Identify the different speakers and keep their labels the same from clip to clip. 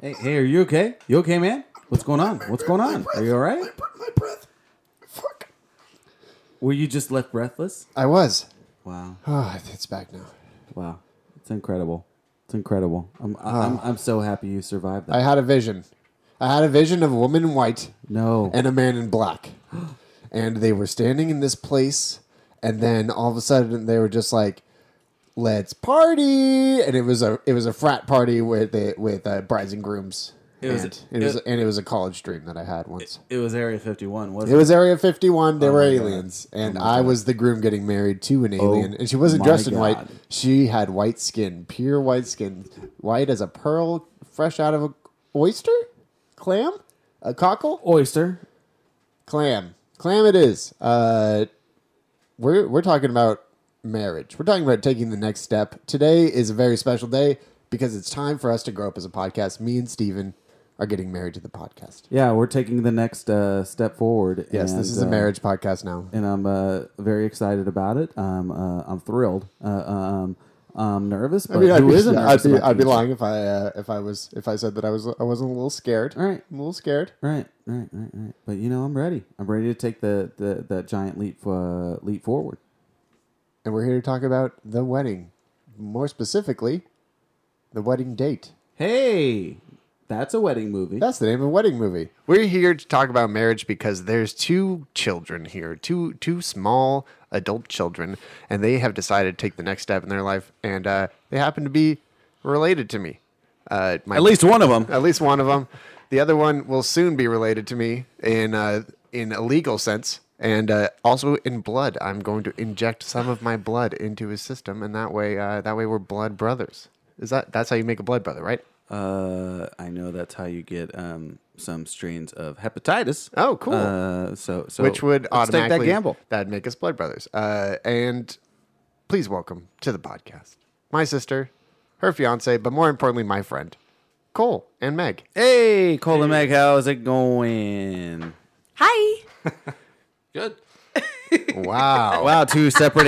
Speaker 1: Hey, hey, are you okay? You okay, man? What's going on? What's going on? Are you all right?
Speaker 2: My breath. Fuck.
Speaker 1: Were you just left breathless?
Speaker 2: I was.
Speaker 1: Wow,
Speaker 2: Oh, it's back now.
Speaker 1: wow, it's incredible. It's incredible. I'm,
Speaker 2: Ah.
Speaker 1: I- I'm, I'm so happy you survived that.
Speaker 2: I had a vision. I had a vision of a woman in white
Speaker 1: no,
Speaker 2: and a man in black. And they were standing in this place, and then all of a sudden they were just like, "Let's party!" And it was a it was a frat party with the, with uh, brides and grooms.
Speaker 1: It was-
Speaker 2: and it, was
Speaker 1: it-
Speaker 2: and it was a college dream that I had once.
Speaker 1: it was Area 51, wasn't
Speaker 2: It was Area 51. There were
Speaker 1: Oh my God.
Speaker 2: aliens. And I was the groom getting married to an alien. and she wasn't
Speaker 1: my
Speaker 2: dressed in
Speaker 1: God.
Speaker 2: white. She had white skin, pure white skin, white as a pearl, fresh out of a oyster? Clam? A cockle?
Speaker 1: Oyster.
Speaker 2: Clam. Clam it is. Uh, we're, we're talking about marriage. We're talking about taking the next step. Today is a very special day because it's time for us to grow up as a podcast. Me and Steven are getting married to the podcast.
Speaker 1: Yeah, we're taking the next uh, step forward.
Speaker 2: Yes, this
Speaker 1: and,
Speaker 2: is a
Speaker 1: uh,
Speaker 2: marriage podcast now.
Speaker 1: and I'm uh, very excited about it. I'm, uh, I'm thrilled. Uh, um, I'm nervous, but
Speaker 2: I mean, I'd
Speaker 1: who
Speaker 2: be,
Speaker 1: isn't
Speaker 2: I'd
Speaker 1: nervous?
Speaker 2: be,
Speaker 1: about
Speaker 2: I'd be
Speaker 1: being-
Speaker 2: lying if I uh, if I was if I said that I was I wasn't a little scared.
Speaker 1: All right.
Speaker 2: I'm a little scared.
Speaker 1: Right, right, right, right. But you know, I'm ready. I'm ready to take the, the that giant leap uh, leap forward.
Speaker 2: And we're here to talk about the wedding, more specifically, the wedding date.
Speaker 1: Hey, that's a wedding movie.
Speaker 2: That's the name of a wedding movie. We're here to talk about marriage because there's two children here, two two small adult children, and they have decided to take the next step in their life, and uh, they happen to be related to me. Uh, my,
Speaker 1: one of them.
Speaker 2: at least one of them. The other one will soon be related to me in uh, in a legal sense and uh, also in blood. I'm going to inject some of my blood into his system, and that way, uh, that way, we're blood brothers. Is that that's how you make a blood brother, right?
Speaker 1: Uh, I know that's how you get um, some strains of hepatitis.
Speaker 2: Oh, cool.
Speaker 1: Uh, so, so
Speaker 2: Which would
Speaker 1: let's
Speaker 2: automatically
Speaker 1: take that gamble.
Speaker 2: would make us blood brothers. Uh, and please welcome to the podcast my sister, her fiance, but more importantly, my friend Cole and Meg.
Speaker 1: Hey, Cole and Meg, how's it going?
Speaker 3: Hi.
Speaker 1: Good.
Speaker 2: Wow,
Speaker 1: Wow, two separate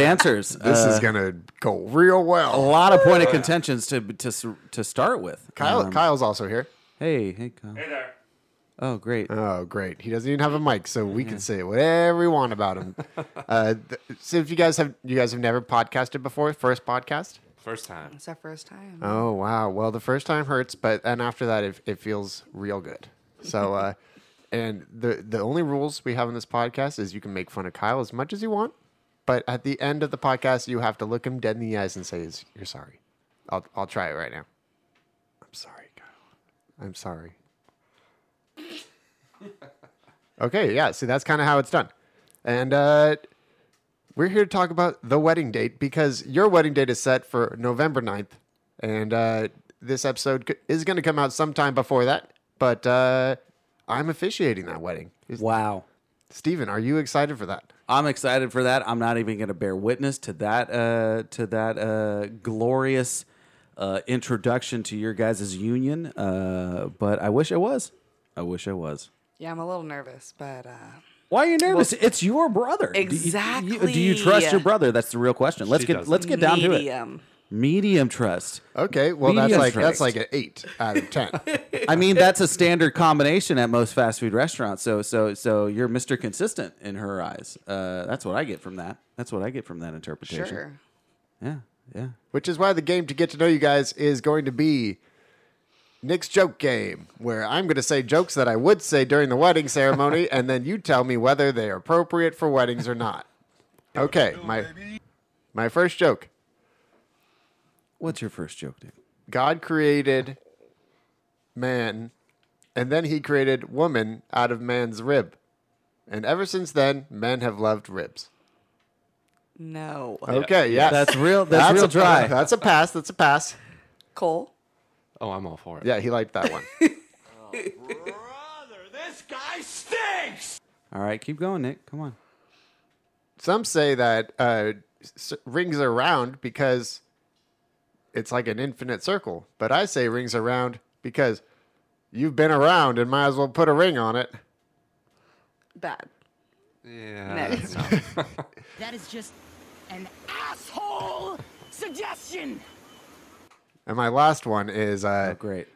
Speaker 1: answers.
Speaker 2: this
Speaker 1: Uh, oh,
Speaker 2: is gonna go real
Speaker 1: a
Speaker 2: well.
Speaker 1: lot of point of contentions to to s- to start with.
Speaker 2: Kyle,
Speaker 1: Um,
Speaker 2: Kyle's also here.
Speaker 1: hey, hey, Kyle.
Speaker 4: Hey there.
Speaker 1: Oh, great.
Speaker 2: Oh, great. He doesn't even have a mic, so we can say whatever we want about him. uh, th- so if you guys have you guys have never podcasted before, first podcast?
Speaker 4: First time.
Speaker 3: It's our first time.
Speaker 2: Oh, wow. Well, the first time hurts, but and after that it, it feels real good. So uh, and the the only rules we have in this podcast is you can make fun of Kyle as much as you want, but at the end of the podcast you have to look him dead in the eyes and say is you're sorry. I'll I'll try it right now. I'm sorry, Kyle. I'm sorry. okay, yeah. See, that's kind of how it's done. And uh, we're here to talk about the wedding date because your wedding date is set for November 9th. And uh, this episode c- is going to come out sometime before that. But uh, I'm officiating that wedding. Is-
Speaker 1: Wow.
Speaker 2: Steven, are you excited for that?
Speaker 1: I'm excited for that. I'm not even going to bear witness to that uh, to that uh, glorious uh, introduction to your guys' union. Uh, but I wish I was. I wish I was.
Speaker 3: Yeah, I'm a little nervous, but uh,
Speaker 1: Why are you nervous? it's your brother. Do you- you- Do you,
Speaker 3: Exactly.
Speaker 1: trust your brother? That's the real question. Let's
Speaker 4: She
Speaker 1: get
Speaker 4: doesn't.
Speaker 1: let's get down to it.
Speaker 3: medium.
Speaker 1: Medium trust.
Speaker 2: Okay, well that's
Speaker 1: Medium
Speaker 2: like that's like
Speaker 1: strength.
Speaker 2: an eight out of ten.
Speaker 1: I mean, that's a standard combination at most fast food restaurants. So so so you're Mr. Consistent in her eyes. Uh, that's what I get from that. That's what I get from that interpretation.
Speaker 3: Sure.
Speaker 1: Yeah. Yeah.
Speaker 2: which is why the game to get to know you guys is going to be Nick's joke game, where I'm going to say jokes that I would say during the wedding ceremony, and then you tell me whether they are appropriate for weddings or not. Okay, my my first joke.
Speaker 1: What's your first joke, dude?
Speaker 2: God created man, and then He created woman out of man's rib, and ever since then, men have loved ribs.
Speaker 3: No.
Speaker 1: Oh.
Speaker 2: Okay, yes,
Speaker 1: That's real. That's, real
Speaker 2: a
Speaker 1: dry.
Speaker 2: That's a pass. That's a pass.
Speaker 3: Cole.
Speaker 4: Oh, I'm all for it.
Speaker 2: Yeah, he liked that one.
Speaker 4: Brother, this guy stinks!
Speaker 1: All right, keep going, Nick. Come on.
Speaker 2: some say that uh, s- rings are round because it's like an infinite circle, but I say rings are round because you've been around and might as well put a ring on it.
Speaker 3: Bad.
Speaker 1: Uh,
Speaker 4: Yeah.
Speaker 3: Next.
Speaker 4: that's not-
Speaker 5: That is just an asshole suggestion.
Speaker 2: And my last one is uh,
Speaker 1: Oh, great.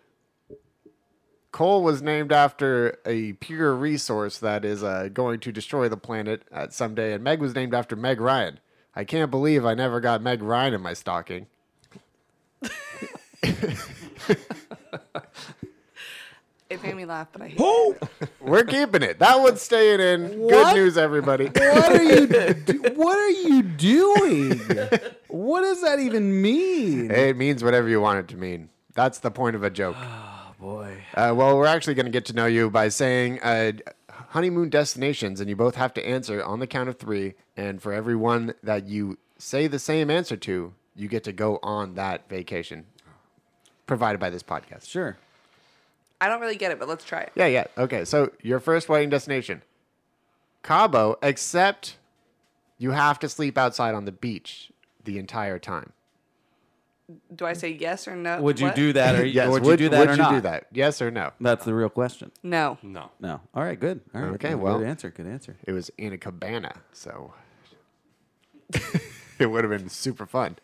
Speaker 2: coal was named after a pure resource that is uh, going to destroy the planet at someday, and Meg was named after Meg Ryan. I can't believe I never got Meg Ryan in my stocking.
Speaker 3: It made me laugh, but I hate it.
Speaker 2: We're keeping it. That one's staying in. Good
Speaker 1: What?
Speaker 2: news, everybody.
Speaker 1: What are you? do- what are you doing? What does that even mean?
Speaker 2: It means whatever you want it to mean. That's the point of a joke.
Speaker 1: Oh boy.
Speaker 2: Uh, well, we're actually going to get to know you by saying uh, honeymoon destinations, and you both have to answer on the count of three. And for every one that you say the same answer to, you get to go on that vacation provided by this podcast.
Speaker 1: Sure.
Speaker 3: I don't really get it, but let's try it.
Speaker 2: Yeah, yeah. Okay. So, your first wedding destination Cabo, except you have to sleep outside on the beach the entire time.
Speaker 3: Do I say yes or no?
Speaker 1: Would you
Speaker 3: What?
Speaker 1: do that? Or would, you do that
Speaker 2: would
Speaker 1: or
Speaker 2: you
Speaker 1: not?
Speaker 2: do that? Yes or no?
Speaker 1: That's the real question.
Speaker 3: No.
Speaker 4: No.
Speaker 1: No. All right. Good. All right.
Speaker 2: Okay,
Speaker 1: Good
Speaker 2: well-
Speaker 1: answer. Good answer.
Speaker 2: It was in a cabana, so it would have been super fun.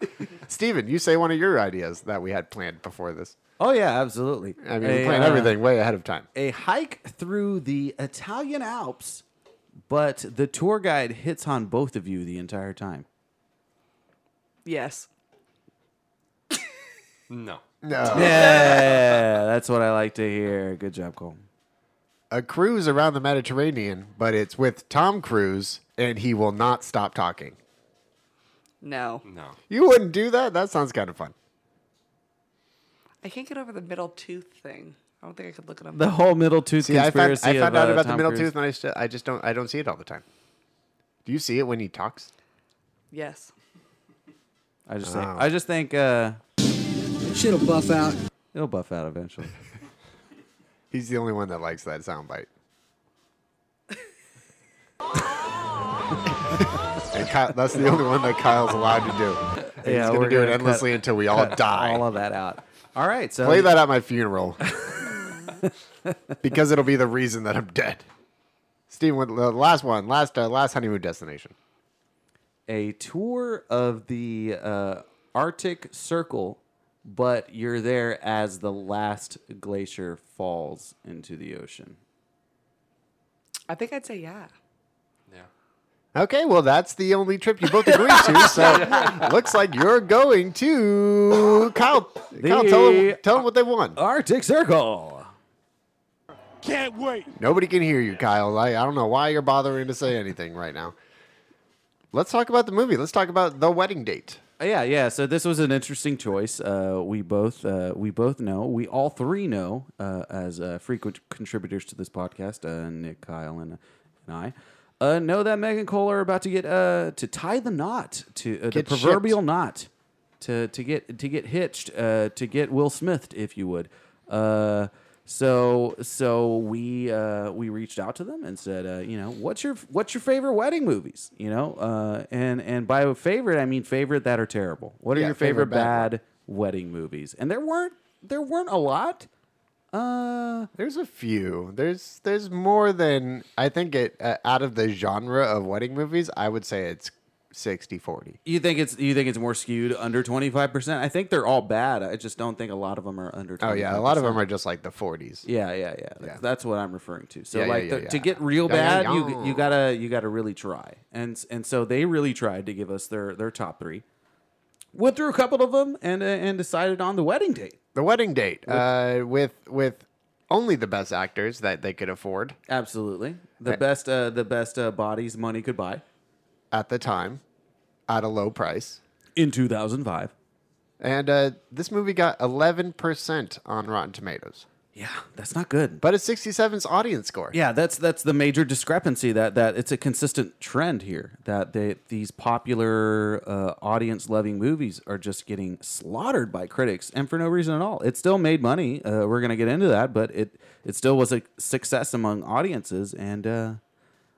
Speaker 2: Steven, you say one of your ideas that we had planned before this.
Speaker 1: Oh yeah, absolutely.
Speaker 2: I mean, we
Speaker 1: A,
Speaker 2: planned
Speaker 1: uh,
Speaker 2: everything way ahead of time.
Speaker 1: A hike through the Italian Alps, but the tour guide hits on both of you the entire time.
Speaker 3: Yes.
Speaker 4: No.
Speaker 2: No.
Speaker 1: Yeah, that's what I like to hear. Good job, Cole.
Speaker 2: A cruise around the Mediterranean, but it's with Tom Cruise, and he will not stop talking.
Speaker 3: No.
Speaker 4: No.
Speaker 2: You wouldn't do that? That sounds kind of fun.
Speaker 3: I can't get over the middle tooth thing. I don't think I could look at them.
Speaker 1: The whole middle tooth
Speaker 2: See, I found,
Speaker 1: conspiracy.
Speaker 2: I found
Speaker 1: of,
Speaker 2: out
Speaker 1: uh,
Speaker 2: about the
Speaker 1: Tom
Speaker 2: middle
Speaker 1: Cruise.
Speaker 2: tooth, and I just, I just don't, I don't see it all the time. Do you see it when he talks?
Speaker 3: Yes.
Speaker 1: I just think.
Speaker 2: Oh.
Speaker 1: I just think uh,
Speaker 5: Shit'll buff out.
Speaker 1: it'll buff out eventually.
Speaker 2: He's the only one that likes that soundbite. and Kyle, that's the only one that Kyle's allowed to do. And
Speaker 1: Yeah,
Speaker 2: he's
Speaker 1: we're
Speaker 2: gonna do it
Speaker 1: gonna
Speaker 2: endlessly
Speaker 1: cut-
Speaker 2: until we all die.
Speaker 1: All of that out. All right. So
Speaker 2: Play that at my funeral because it'll be the reason that I'm dead. Steve, what- the last one, last uh, last honeymoon destination.
Speaker 1: a tour of the uh, Arctic Circle, but you're there as the last glacier falls into the ocean.
Speaker 3: I think I'd say yeah.
Speaker 4: Yeah.
Speaker 2: Okay, well that's the only trip you both agreed to. So looks like you're going to Kyle. Kyle, tell them, tell them what they won.
Speaker 1: Arctic Circle.
Speaker 2: Nobody can hear you, Kyle. I, I don't know why you're bothering to say anything right now. Let's talk about the movie. Let's talk about the wedding date.
Speaker 1: Uh, Yeah, yeah. So this was an interesting choice. Uh, we both uh, we both know. We all three know uh, as uh, frequent contributors to this podcast, uh, Nick, Kyle, and, and I. Uh, know that Megan Cole are about to get uh, to tie the knot to uh, the
Speaker 2: Get
Speaker 1: proverbial
Speaker 2: shipped.
Speaker 1: knot to to get to get hitched uh, to get Will Smith, if you would. Uh, so so we uh, we reached out to them and said, uh, you know, what's your what's your favorite wedding movies? You know, uh, and and by favorite I mean favorite that are terrible. What are
Speaker 2: Yeah,
Speaker 1: your favorite,
Speaker 2: favorite bad
Speaker 1: bad, wedding movies? And there weren't there weren't a lot. Uh,
Speaker 2: There's a few. There's there's more than I think it uh, out of the genre of wedding movies, I would say it's 60-40.
Speaker 1: you think it's you think it's more skewed under twenty five percent? I think they're all bad. I just don't think a lot of them are under. 25%.
Speaker 2: Oh yeah, a lot of them are just like the 40s.
Speaker 1: Yeah, yeah, yeah. That's, that's what I'm referring to. So
Speaker 2: Yeah, yeah,
Speaker 1: like
Speaker 2: yeah,
Speaker 1: the, to
Speaker 2: yeah.
Speaker 1: get real
Speaker 2: Yeah, yeah,
Speaker 1: bad, you
Speaker 2: yeah.
Speaker 1: you gotta you gotta really try. And and so they really tried to give us their their top three. Went through a couple of them and uh, and decided on the wedding date.
Speaker 2: The wedding date uh, with with only the best actors that they could afford
Speaker 1: Absolutely, the best uh, the best uh, bodies money could buy
Speaker 2: at the time at a low price.
Speaker 1: in 2005.
Speaker 2: And uh, this movie got 11% on Rotten Tomatoes.
Speaker 1: Yeah, that's not good.
Speaker 2: But it's 67's audience score.
Speaker 1: Yeah, that's that's the major discrepancy that that it's a consistent trend here that they, these popular uh, audience loving movies are just getting slaughtered by critics and for no reason at all. It still made money. Uh, we're gonna get into that, but it it still was a success among audiences, and uh,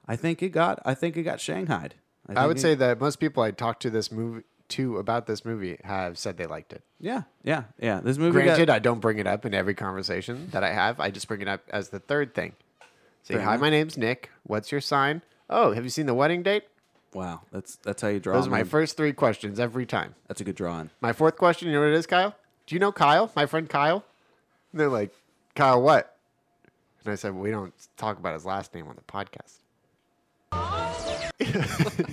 Speaker 1: I think it got I think it got shanghaied.
Speaker 2: I
Speaker 1: think
Speaker 2: would
Speaker 1: it-
Speaker 2: say that most people I talked to this movie to about this movie have said they liked it.
Speaker 1: yeah, yeah, yeah. This movie got-
Speaker 2: Granted, I don't bring it up in every conversation that I have. I just bring it up as the third thing. Say,
Speaker 1: Fair
Speaker 2: hi,
Speaker 1: enough.
Speaker 2: my name's Nick. What's your sign? Oh, have you seen the wedding date?
Speaker 1: wow, that's that's how you draw.
Speaker 2: Those are my
Speaker 1: man.
Speaker 2: first three questions every time.
Speaker 1: That's a good drawing.
Speaker 2: My fourth question, you know what it is, Kyle? Do you know Kyle? My friend Kyle? And they're like, Kyle what? And I said, We don't talk about his last name on the podcast.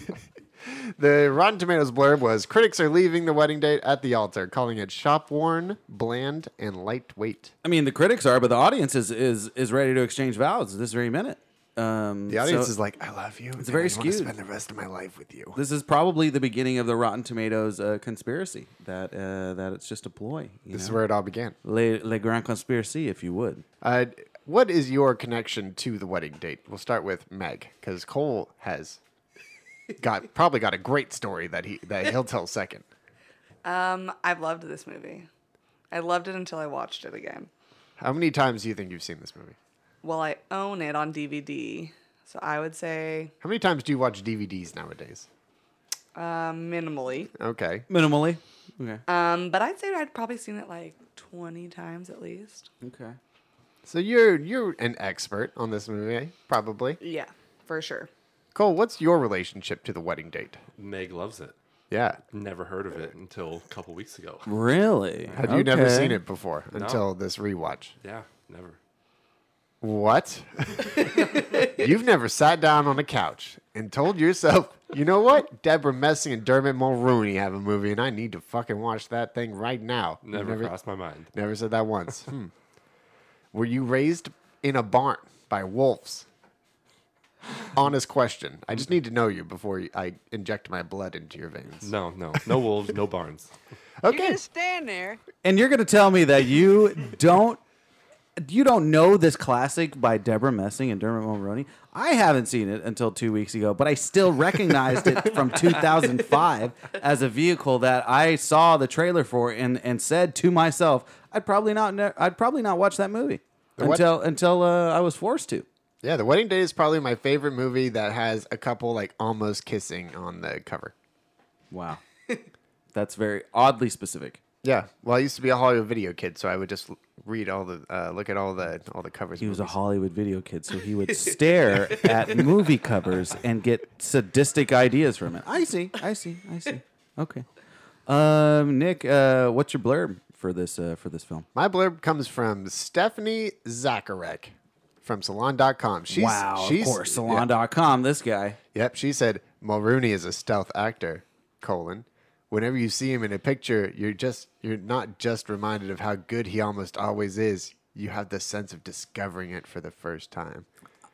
Speaker 2: the Rotten Tomatoes blurb was critics are leaving the wedding date at the altar, calling it shop worn, bland, and lightweight.
Speaker 1: I mean, the critics are, but the audience is is, is ready to exchange vows this very minute. Um,
Speaker 2: The audience
Speaker 1: so
Speaker 2: is like, I love you. It's
Speaker 1: very
Speaker 2: I
Speaker 1: skewed.
Speaker 2: want to spend the rest of my life with you.
Speaker 1: This is probably the beginning of the Rotten Tomatoes uh, conspiracy that uh, that it's just a ploy. you
Speaker 2: This is
Speaker 1: know?
Speaker 2: where it all began.
Speaker 1: Le, Le Grand Conspiracy, if you would.
Speaker 2: Uh, what is your connection to the wedding date? We'll start with Meg because Cole has got probably got a great story that he that he'll tell second.
Speaker 3: Um, I've loved this movie. I loved it until I watched it again.
Speaker 2: How many times do you think you've seen this movie?
Speaker 3: Well, I own it on DVD, so I would say
Speaker 2: How many times do you watch DVDs nowadays?
Speaker 3: uh, minimally.
Speaker 2: Okay,
Speaker 1: Minimally. Uh, Okay.
Speaker 3: Um, but I'd say I'd probably seen it like 20 times at least.
Speaker 1: okay.
Speaker 2: so you're you're an expert on this movie, eh? probably.
Speaker 3: Yeah, for sure.
Speaker 2: Cole, what's your relationship to the wedding date?
Speaker 4: Meg loves it.
Speaker 2: Yeah,
Speaker 4: Never heard of it until a couple weeks ago.
Speaker 1: Really?
Speaker 2: have you never seen it before until this rewatch?
Speaker 4: Yeah, never.
Speaker 2: What? You've never sat down on a couch and told yourself, you know what? Deborah Messing and Dermot Mulrooney have a movie, and I need to fucking watch that thing right now. You've
Speaker 4: Never,
Speaker 2: never,
Speaker 4: crossed my mind.
Speaker 2: never said that once. hmm. Were you raised in a barn by wolves? Honest question. I just need to know you before I inject my blood into your veins.
Speaker 4: No, no, no wolves, no barns.
Speaker 2: Okay.
Speaker 6: stand there.
Speaker 1: And you're going to tell me that you don't you don't know this classic by Deborah Messing and Dermot Mulroney. I haven't seen it until 2 weeks ago, but I still recognized it from 2005 as a vehicle that I saw the trailer for and and said to myself, I'd probably not ne- I'd probably not watch that movie
Speaker 2: what?
Speaker 1: until until uh, I was forced to.
Speaker 2: Yeah, The Wedding Day is probably my favorite movie that has a couple like almost kissing on the cover.
Speaker 1: Wow. That's very oddly specific.
Speaker 2: Yeah. Well, I used to be a Hollywood video kid, so I would just l- read all the, uh, look at all the all the covers.
Speaker 1: He was a Hollywood video kid, so he would stare at movie covers and get sadistic ideas from it. I see, I see, I see. Okay, um, Nick, uh, what's your blurb for this uh, for this film?
Speaker 2: My blurb comes from Stephanie Zacharek from Salon.com. She's, she's,
Speaker 1: Salon.com. This guy.
Speaker 2: yeah, yep. She said Mulrooney is a stealth actor. Colon. Whenever you see him in a picture, you're just you're not just reminded of how good he almost always is. You have the sense of discovering it for the first time.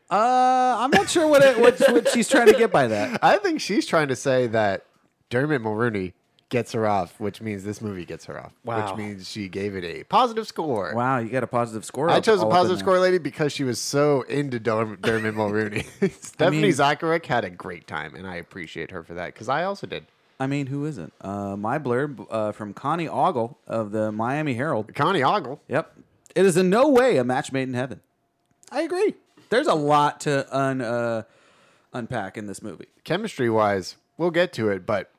Speaker 1: Uh, I'm not sure what it, what, what she's trying to get by that.
Speaker 2: I think she's trying to say that Dermot Mulrooney gets her off, which means this movie gets her off.
Speaker 1: Wow.
Speaker 2: Which means she gave it a positive score.
Speaker 1: Wow, you got a positive score.
Speaker 2: I
Speaker 1: up-
Speaker 2: chose a
Speaker 1: all up in
Speaker 2: positive
Speaker 1: there.
Speaker 2: score lady because she was so into Derm- Dermot Mulrooney. Stephanie
Speaker 1: mean-
Speaker 2: Zacharek had a great time, and I appreciate her for that because I also did.
Speaker 1: I mean, who isn't? Uh, my blurb uh, from Connie Ogle of the Miami Herald.
Speaker 2: Connie Ogle.
Speaker 1: Yep. It is in no way a match made in heaven. I agree. There's a lot to un, uh, unpack in this movie.
Speaker 2: Chemistry wise, we'll get to it, but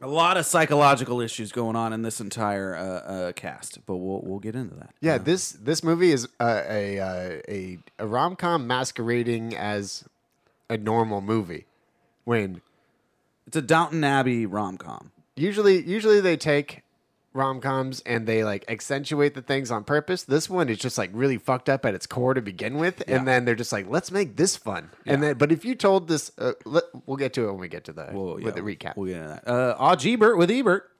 Speaker 1: A lot of psychological issues going on in this entire uh, uh, cast, but we'll we'll get into that.
Speaker 2: yeah, this this movie is uh, a uh, a a rom com masquerading as a normal movie. When
Speaker 1: It's a Downton Abbey rom com.
Speaker 2: usually usually they take rom coms and they like accentuate the things on purpose. This one is just like really fucked up at its core to begin with,
Speaker 1: Yeah.
Speaker 2: and then they're just like, let's make this fun. And then, but if you told this, uh, let, we'll get to it when we get to the with the recap.
Speaker 1: We'll get into that. Uh, Aug Ebert with Ebert.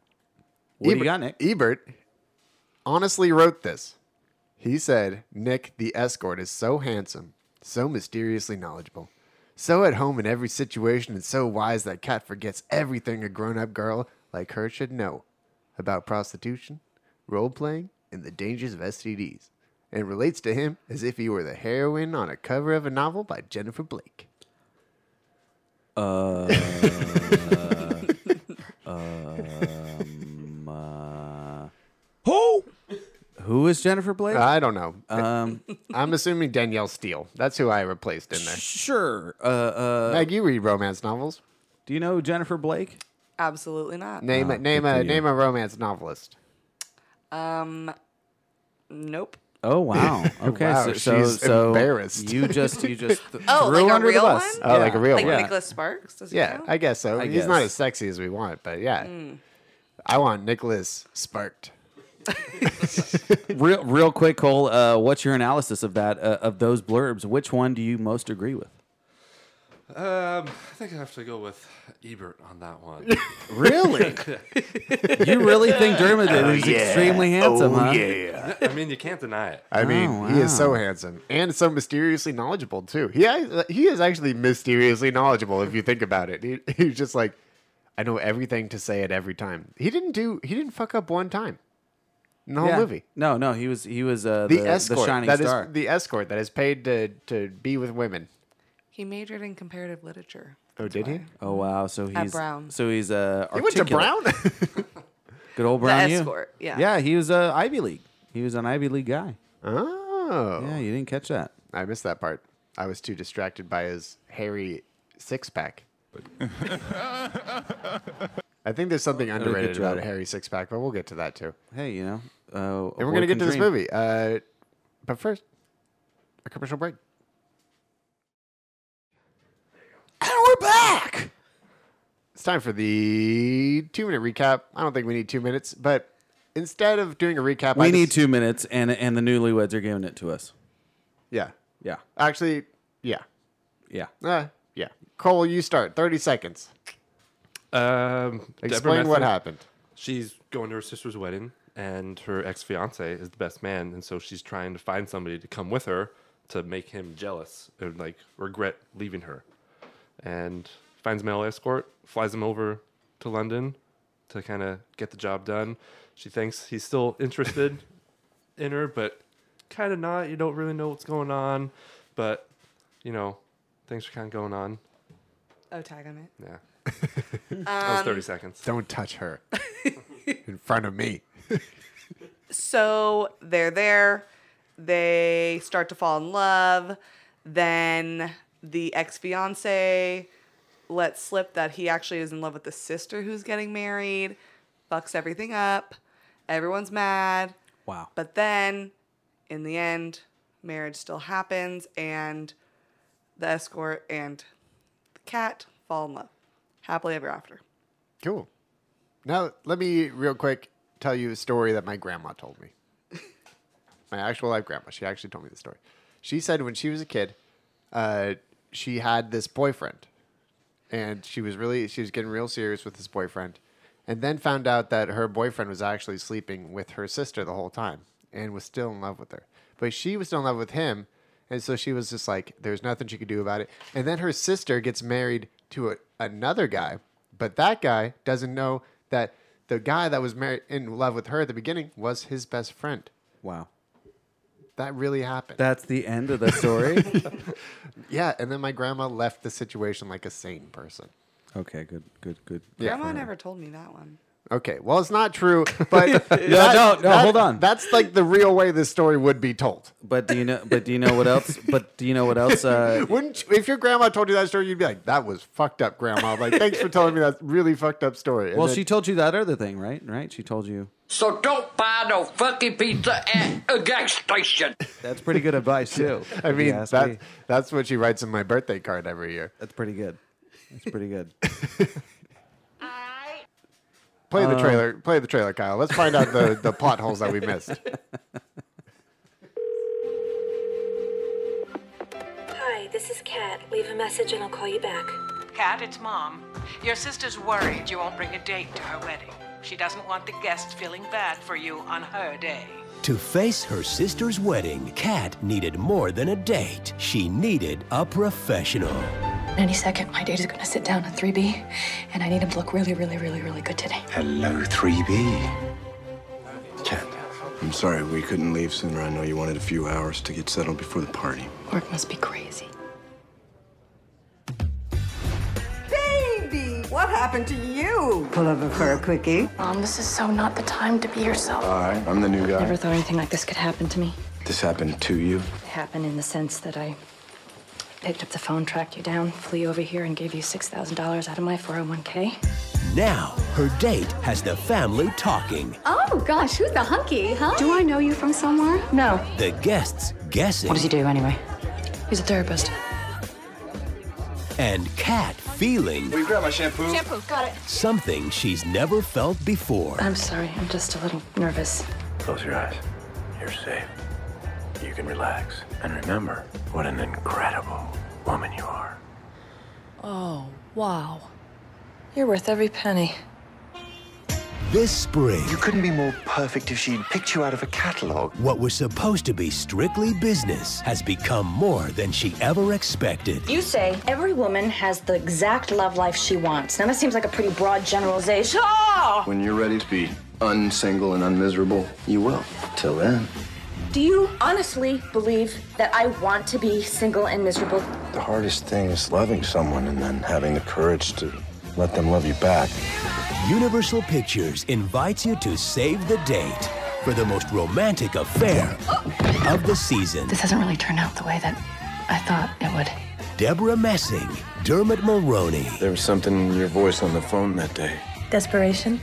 Speaker 1: What do
Speaker 2: Ebert-
Speaker 1: you got, Nick?
Speaker 2: Ebert honestly wrote this. He said, Nick, the escort, is so handsome, so mysteriously knowledgeable, so at home in every situation, and so wise that Kat forgets everything a grown up girl like her should know about prostitution, role playing, and the dangers of STDs, and relates to him as if he were the heroine on a cover of a novel by Jennifer Blake.
Speaker 1: Who is Jennifer Blake?
Speaker 2: I don't know.
Speaker 1: Um,
Speaker 2: I'm assuming Danielle Steele. That's who I replaced in there.
Speaker 1: sure. Uh, uh,
Speaker 2: Meg, you read romance novels.
Speaker 1: do you know Jennifer Blake?
Speaker 3: Absolutely not.
Speaker 2: Name a name
Speaker 1: good for
Speaker 2: a
Speaker 1: you.
Speaker 2: name a romance novelist.
Speaker 3: Nope.
Speaker 1: Oh wow. Okay.
Speaker 2: Wow,
Speaker 1: so, so,
Speaker 2: she's
Speaker 1: so
Speaker 2: embarrassed.
Speaker 1: You just you just th-
Speaker 3: Oh,
Speaker 1: threw
Speaker 3: like a
Speaker 1: under
Speaker 3: real
Speaker 1: the bus.
Speaker 3: one?
Speaker 2: Oh, like a real
Speaker 3: Like
Speaker 2: one.
Speaker 3: Nicholas Sparks? Does he
Speaker 2: Yeah,
Speaker 3: count?
Speaker 2: I guess so.
Speaker 1: I
Speaker 2: He's not
Speaker 1: guess.
Speaker 2: as sexy as we want, but yeah. I want Nicholas sparked.
Speaker 1: real, real quick, Cole. Uh, what's your analysis of that uh, of those blurbs? Which one do you most agree with?
Speaker 4: Um, I think I have to go with Ebert on that one.
Speaker 1: Really? you really think Dermot is extremely handsome, huh?
Speaker 2: Oh, yeah.
Speaker 4: I mean, you can't deny it.
Speaker 2: I mean,
Speaker 1: Oh,
Speaker 2: he is so
Speaker 1: wow.
Speaker 2: handsome and so mysteriously knowledgeable too. He he is actually mysteriously knowledgeable if you think about it. He, he's just like, I know everything to say at every time. He didn't do. He didn't fuck up one time. In the whole
Speaker 1: Yeah.
Speaker 2: movie.
Speaker 1: No, no, he was he was uh, the,
Speaker 2: The, escort
Speaker 1: shining
Speaker 2: that is-
Speaker 1: star.
Speaker 2: the escort that is paid to to be with women.
Speaker 3: He majored in comparative literature.
Speaker 2: Oh, did he?
Speaker 1: oh wow, so he's
Speaker 3: Brown.
Speaker 1: So he's uh,
Speaker 2: He went to
Speaker 1: articulate.
Speaker 2: Brown.
Speaker 1: Good old Brown. U.
Speaker 3: escort, yeah.
Speaker 1: Yeah, he was uh, Ivy League. He was an Ivy League guy.
Speaker 2: oh,
Speaker 1: Yeah, you didn't catch that.
Speaker 2: I missed that part. I was too distracted by his hairy six pack. I think there's something
Speaker 1: good
Speaker 2: underrated about
Speaker 1: job.
Speaker 2: a hairy six pack, but we'll get to that too.
Speaker 1: Hey, you know. Uh,
Speaker 2: And
Speaker 1: a
Speaker 2: we're going
Speaker 1: boy
Speaker 2: to get
Speaker 1: can
Speaker 2: to this
Speaker 1: dream.
Speaker 2: movie. Uh, but first, a commercial break. And we're back! It's time for the two minute recap. I don't think we need two minutes, but instead of doing a recap,
Speaker 1: We
Speaker 2: I
Speaker 1: need
Speaker 2: just-
Speaker 1: two minutes, and and the newlyweds are giving it to us.
Speaker 2: Yeah.
Speaker 1: Yeah,
Speaker 2: Actually, yeah.
Speaker 1: yeah.
Speaker 2: Uh, yeah. Cole, you start. 30 seconds.
Speaker 4: Um, Deborah
Speaker 2: Explain what
Speaker 4: Messing,
Speaker 2: happened.
Speaker 4: She's going to her sister's wedding, and her ex fiance is the best man, and so she's trying to find somebody to come with her to make him jealous and like regret leaving her. And finds a male escort, flies him over to London to kind of get the job done. She thinks he's still interested in her, but kind of not. You don't really know what's going on, but you know things are kind of going on.
Speaker 3: Oh, tag on it.
Speaker 4: Yeah. that was
Speaker 7: Um,
Speaker 4: 30 seconds.
Speaker 2: Don't touch her in front of me.
Speaker 3: So they're there. They start to fall in love. Then the ex fiance lets slip that he actually is in love with the sister who's getting married, fucks everything up. Everyone's mad.
Speaker 1: Wow.
Speaker 3: But then in the end, marriage still happens, and the escort and the cat fall in love. Happily ever after.
Speaker 2: Cool. Now, let me real quick tell you a story that my grandma told me. my actual life grandma. She actually told me the story. She said when she was a kid, uh, she had this boyfriend, and she was really she was getting real serious with this boyfriend, and then found out that her boyfriend was actually sleeping with her sister the whole time and was still in love with her. But she was still in love with him, and so she was just like, "There's nothing she could do about it." And then her sister gets married to a, another guy, but that guy doesn't know that the guy that was married in love with her at the beginning was his best friend.
Speaker 1: Wow.
Speaker 2: That really happened.
Speaker 1: That's the end of the story.
Speaker 2: yeah, and then my grandma left the situation like a sane person.
Speaker 1: okay. Good. Good. Good.
Speaker 2: Yeah.
Speaker 3: Grandma never told me that one.
Speaker 2: Okay, well, it's not true, but
Speaker 1: no, no, hold on.
Speaker 2: That's like the real way this story would be told.
Speaker 1: But do you know? But do you know what else? But do you know what else? Uh,
Speaker 2: Wouldn't you, if your grandma told you that story, you'd be like, "That was fucked up, grandma." Like, thanks for telling me that really fucked up story. And
Speaker 1: well,
Speaker 2: then-
Speaker 1: she told you that other thing, right? Right? She told you.
Speaker 5: So don't buy no fucking pizza at a gas station.
Speaker 1: That's pretty good advice too.
Speaker 2: I
Speaker 1: if you
Speaker 2: mean,
Speaker 1: ask
Speaker 2: that,
Speaker 1: me.
Speaker 2: that's what she writes in my birthday card every year.
Speaker 1: that's pretty good. That's pretty good.
Speaker 2: Play
Speaker 1: Oh.
Speaker 2: the trailer. Play the trailer, Kyle. Let's find out the the plot holes that we missed.
Speaker 6: Hi, this is Kat. Leave a message and I'll call you back.
Speaker 8: Kat, it's Mom. Your sister's worried you won't bring a date to her wedding. She doesn't want the guests feeling bad for you on her day.
Speaker 9: To face her sister's wedding, Kat needed more than a date. She needed a professional.
Speaker 10: Any second, my date is gonna sit down in 3B, and I need him to look really, really, really, really good today.
Speaker 7: Hello, 3B. Kat, I'm sorry we couldn't leave sooner. I know you wanted a few hours to get settled before the party.
Speaker 10: Work must be crazy.
Speaker 11: Baby, what happened to you? Pull over for a quickie.
Speaker 10: Mom, this is so not the time to be yourself.
Speaker 7: All right, I'm the new guy.
Speaker 10: Never thought anything like this could happen to me.
Speaker 7: This happened to you.
Speaker 10: It happened in the sense that I picked up the phone, tracked you down, flew you over here, and gave you $6,000 out of my 401k.
Speaker 9: Now, her date has the family talking,
Speaker 10: Oh gosh, who's the hunky, huh? Do I know you from somewhere? No.
Speaker 9: the guests guessing,
Speaker 10: What does he do anyway? He's a therapist.
Speaker 9: and Kat feeling
Speaker 7: Will you grab my shampoo?
Speaker 9: something she's never felt before.
Speaker 10: I'm sorry, I'm just a little nervous.
Speaker 12: Close your eyes. You're safe. You can relax. And remember what an incredible woman you are.
Speaker 10: Oh, wow. You're worth every penny.
Speaker 9: This spring,
Speaker 12: You couldn't be more perfect if she'd picked you out of a catalog.
Speaker 9: what was supposed to be strictly business has become more than she ever expected.
Speaker 13: You say every woman has the exact love life she wants. Now that seems like a pretty broad generalization. Oh!
Speaker 7: When you're ready to be unsingle and unmiserable, you will. Till then.
Speaker 13: Do you honestly believe that I want to be single and miserable?
Speaker 7: The hardest thing is loving someone and then having the courage to let them love you back.
Speaker 9: Universal Pictures invites you to save the date for the most romantic affair of the season.
Speaker 10: This hasn't really turned out the way that I thought it would.
Speaker 9: Deborah Messing, Dermot Mulroney.
Speaker 7: There was something in your voice on the phone that day.
Speaker 10: Desperation?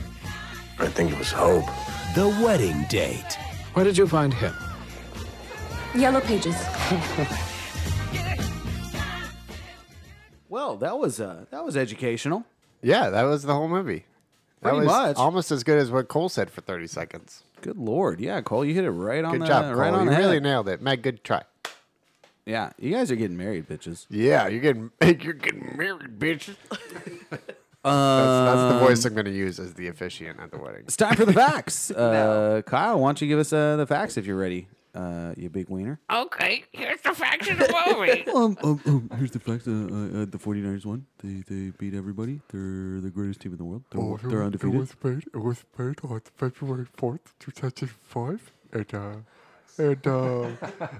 Speaker 7: I think it was hope.
Speaker 9: The wedding date.
Speaker 14: Where did you find him?
Speaker 13: Yellow pages.
Speaker 1: Well, that was uh, that was educational.
Speaker 2: Yeah, that was the whole movie. That
Speaker 1: Pretty
Speaker 2: was
Speaker 1: much.
Speaker 2: almost as good as what Cole said for 30 seconds.
Speaker 1: Good lord, yeah, Cole, you hit it right on.
Speaker 2: Good
Speaker 1: the,
Speaker 2: job, Cole.
Speaker 1: right on
Speaker 2: you
Speaker 1: the
Speaker 2: really
Speaker 1: head.
Speaker 2: nailed it. Matt, good try.
Speaker 1: Yeah, you guys are getting married, bitches.
Speaker 2: Yeah, you're getting you're getting married, bitch. that's, that's the voice I'm going to use as the officiant at the wedding.
Speaker 1: It's time for the facts. uh, Kyle, why don't you give us uh, the facts if you're ready? Uh, you big wiener.
Speaker 15: Okay, here's the facts of the movie.
Speaker 16: um, um, um, here's the fact. Uh, uh, uh, the 49ers won. They they beat everybody. They're the greatest team in the world. They're,
Speaker 17: Oh,
Speaker 16: they're
Speaker 17: it,
Speaker 16: undefeated.
Speaker 17: It was made. It was made on February fourth, two thousand five, and uh, and uh,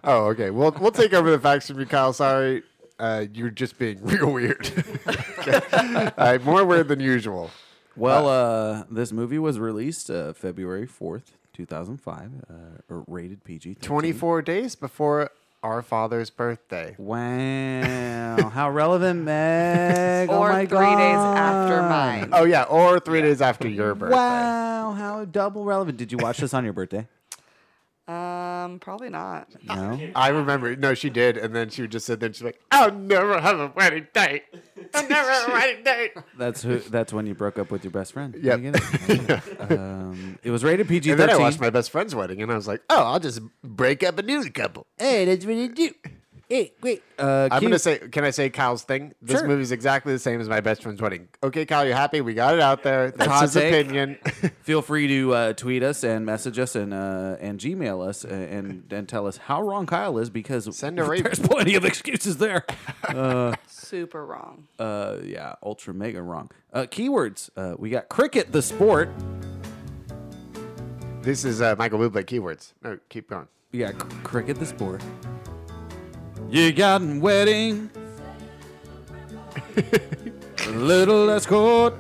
Speaker 2: Oh, okay. We'll we'll take over the facts from you, Kyle. Sorry, uh, you're just being real weird. Okay. All right, more weird than usual.
Speaker 1: Well, uh, this movie was released uh, February 4th, 2005, uh, or rated PG.
Speaker 2: 24 days before our father's birthday.
Speaker 1: Wow, how relevant, Meg! oh
Speaker 2: Or
Speaker 1: my
Speaker 2: three days
Speaker 3: after
Speaker 1: God. Uh,
Speaker 3: mine.
Speaker 2: Oh yeah, or three days after your birthday.
Speaker 1: Wow, how double relevant! Did you watch this on your birthday?
Speaker 3: Um, probably not.
Speaker 1: No.
Speaker 2: I remember. No, she did, and then she would just sit there. and She's like, "I'll never have a wedding date. I'll never have a wedding date."
Speaker 1: That's who. That's when you broke up with your best friend.
Speaker 2: Yep.
Speaker 1: You get it? um, it was rated PG.
Speaker 2: And then I watched my best friend's wedding, and I was like, "Oh, I'll just break up a new couple." Hey, that's what you do. Hey, wait.
Speaker 1: Uh,
Speaker 2: I'm
Speaker 1: Q-
Speaker 2: gonna say, can I say Kyle's thing? This
Speaker 1: Sure.
Speaker 2: movie's exactly the same as my best friend's wedding. Okay, Kyle, you happy? We got it out there. That's his
Speaker 1: That's the take.
Speaker 2: opinion.
Speaker 1: Feel free to uh, tweet us and message us and uh, and Gmail us and and tell us how wrong Kyle is because
Speaker 2: Send a rape.
Speaker 1: there's plenty of excuses there. Uh,
Speaker 3: Super wrong.
Speaker 1: uh, yeah, ultra mega wrong. Uh, keywords. Uh, we got cricket, the sport.
Speaker 2: This is uh, Michael Bublé keywords. No, keep going.
Speaker 1: We got cr- cricket, the sport. You got wedding. Little escort.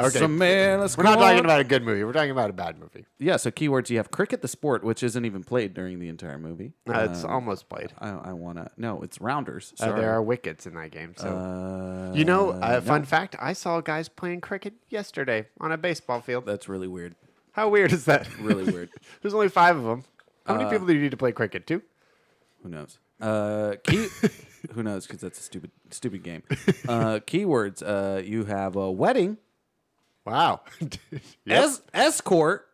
Speaker 2: Okay.
Speaker 1: Some man
Speaker 2: We're not talking
Speaker 1: escort.
Speaker 2: about a good movie. We're talking about a bad movie.
Speaker 1: Yeah, so keywords you have cricket the sport, which isn't even played during the entire movie.
Speaker 2: Uh, it's almost played.
Speaker 1: I, I wanna no, it's rounders.
Speaker 2: Uh,
Speaker 1: Sorry.
Speaker 2: there are wickets in that game. So, you know, uh,
Speaker 1: no.
Speaker 2: fun fact: I saw guys playing cricket yesterday on a baseball field.
Speaker 1: That's really weird.
Speaker 2: How weird is that?
Speaker 1: Really weird.
Speaker 2: There's only five of them. How many
Speaker 1: Uh,
Speaker 2: people do you need to play cricket? Two.
Speaker 1: Who knows? Uh, key. who knows? Because that's a stupid, stupid game. Uh, keywords. Uh, you have a wedding.
Speaker 2: Wow.
Speaker 1: Es- escort.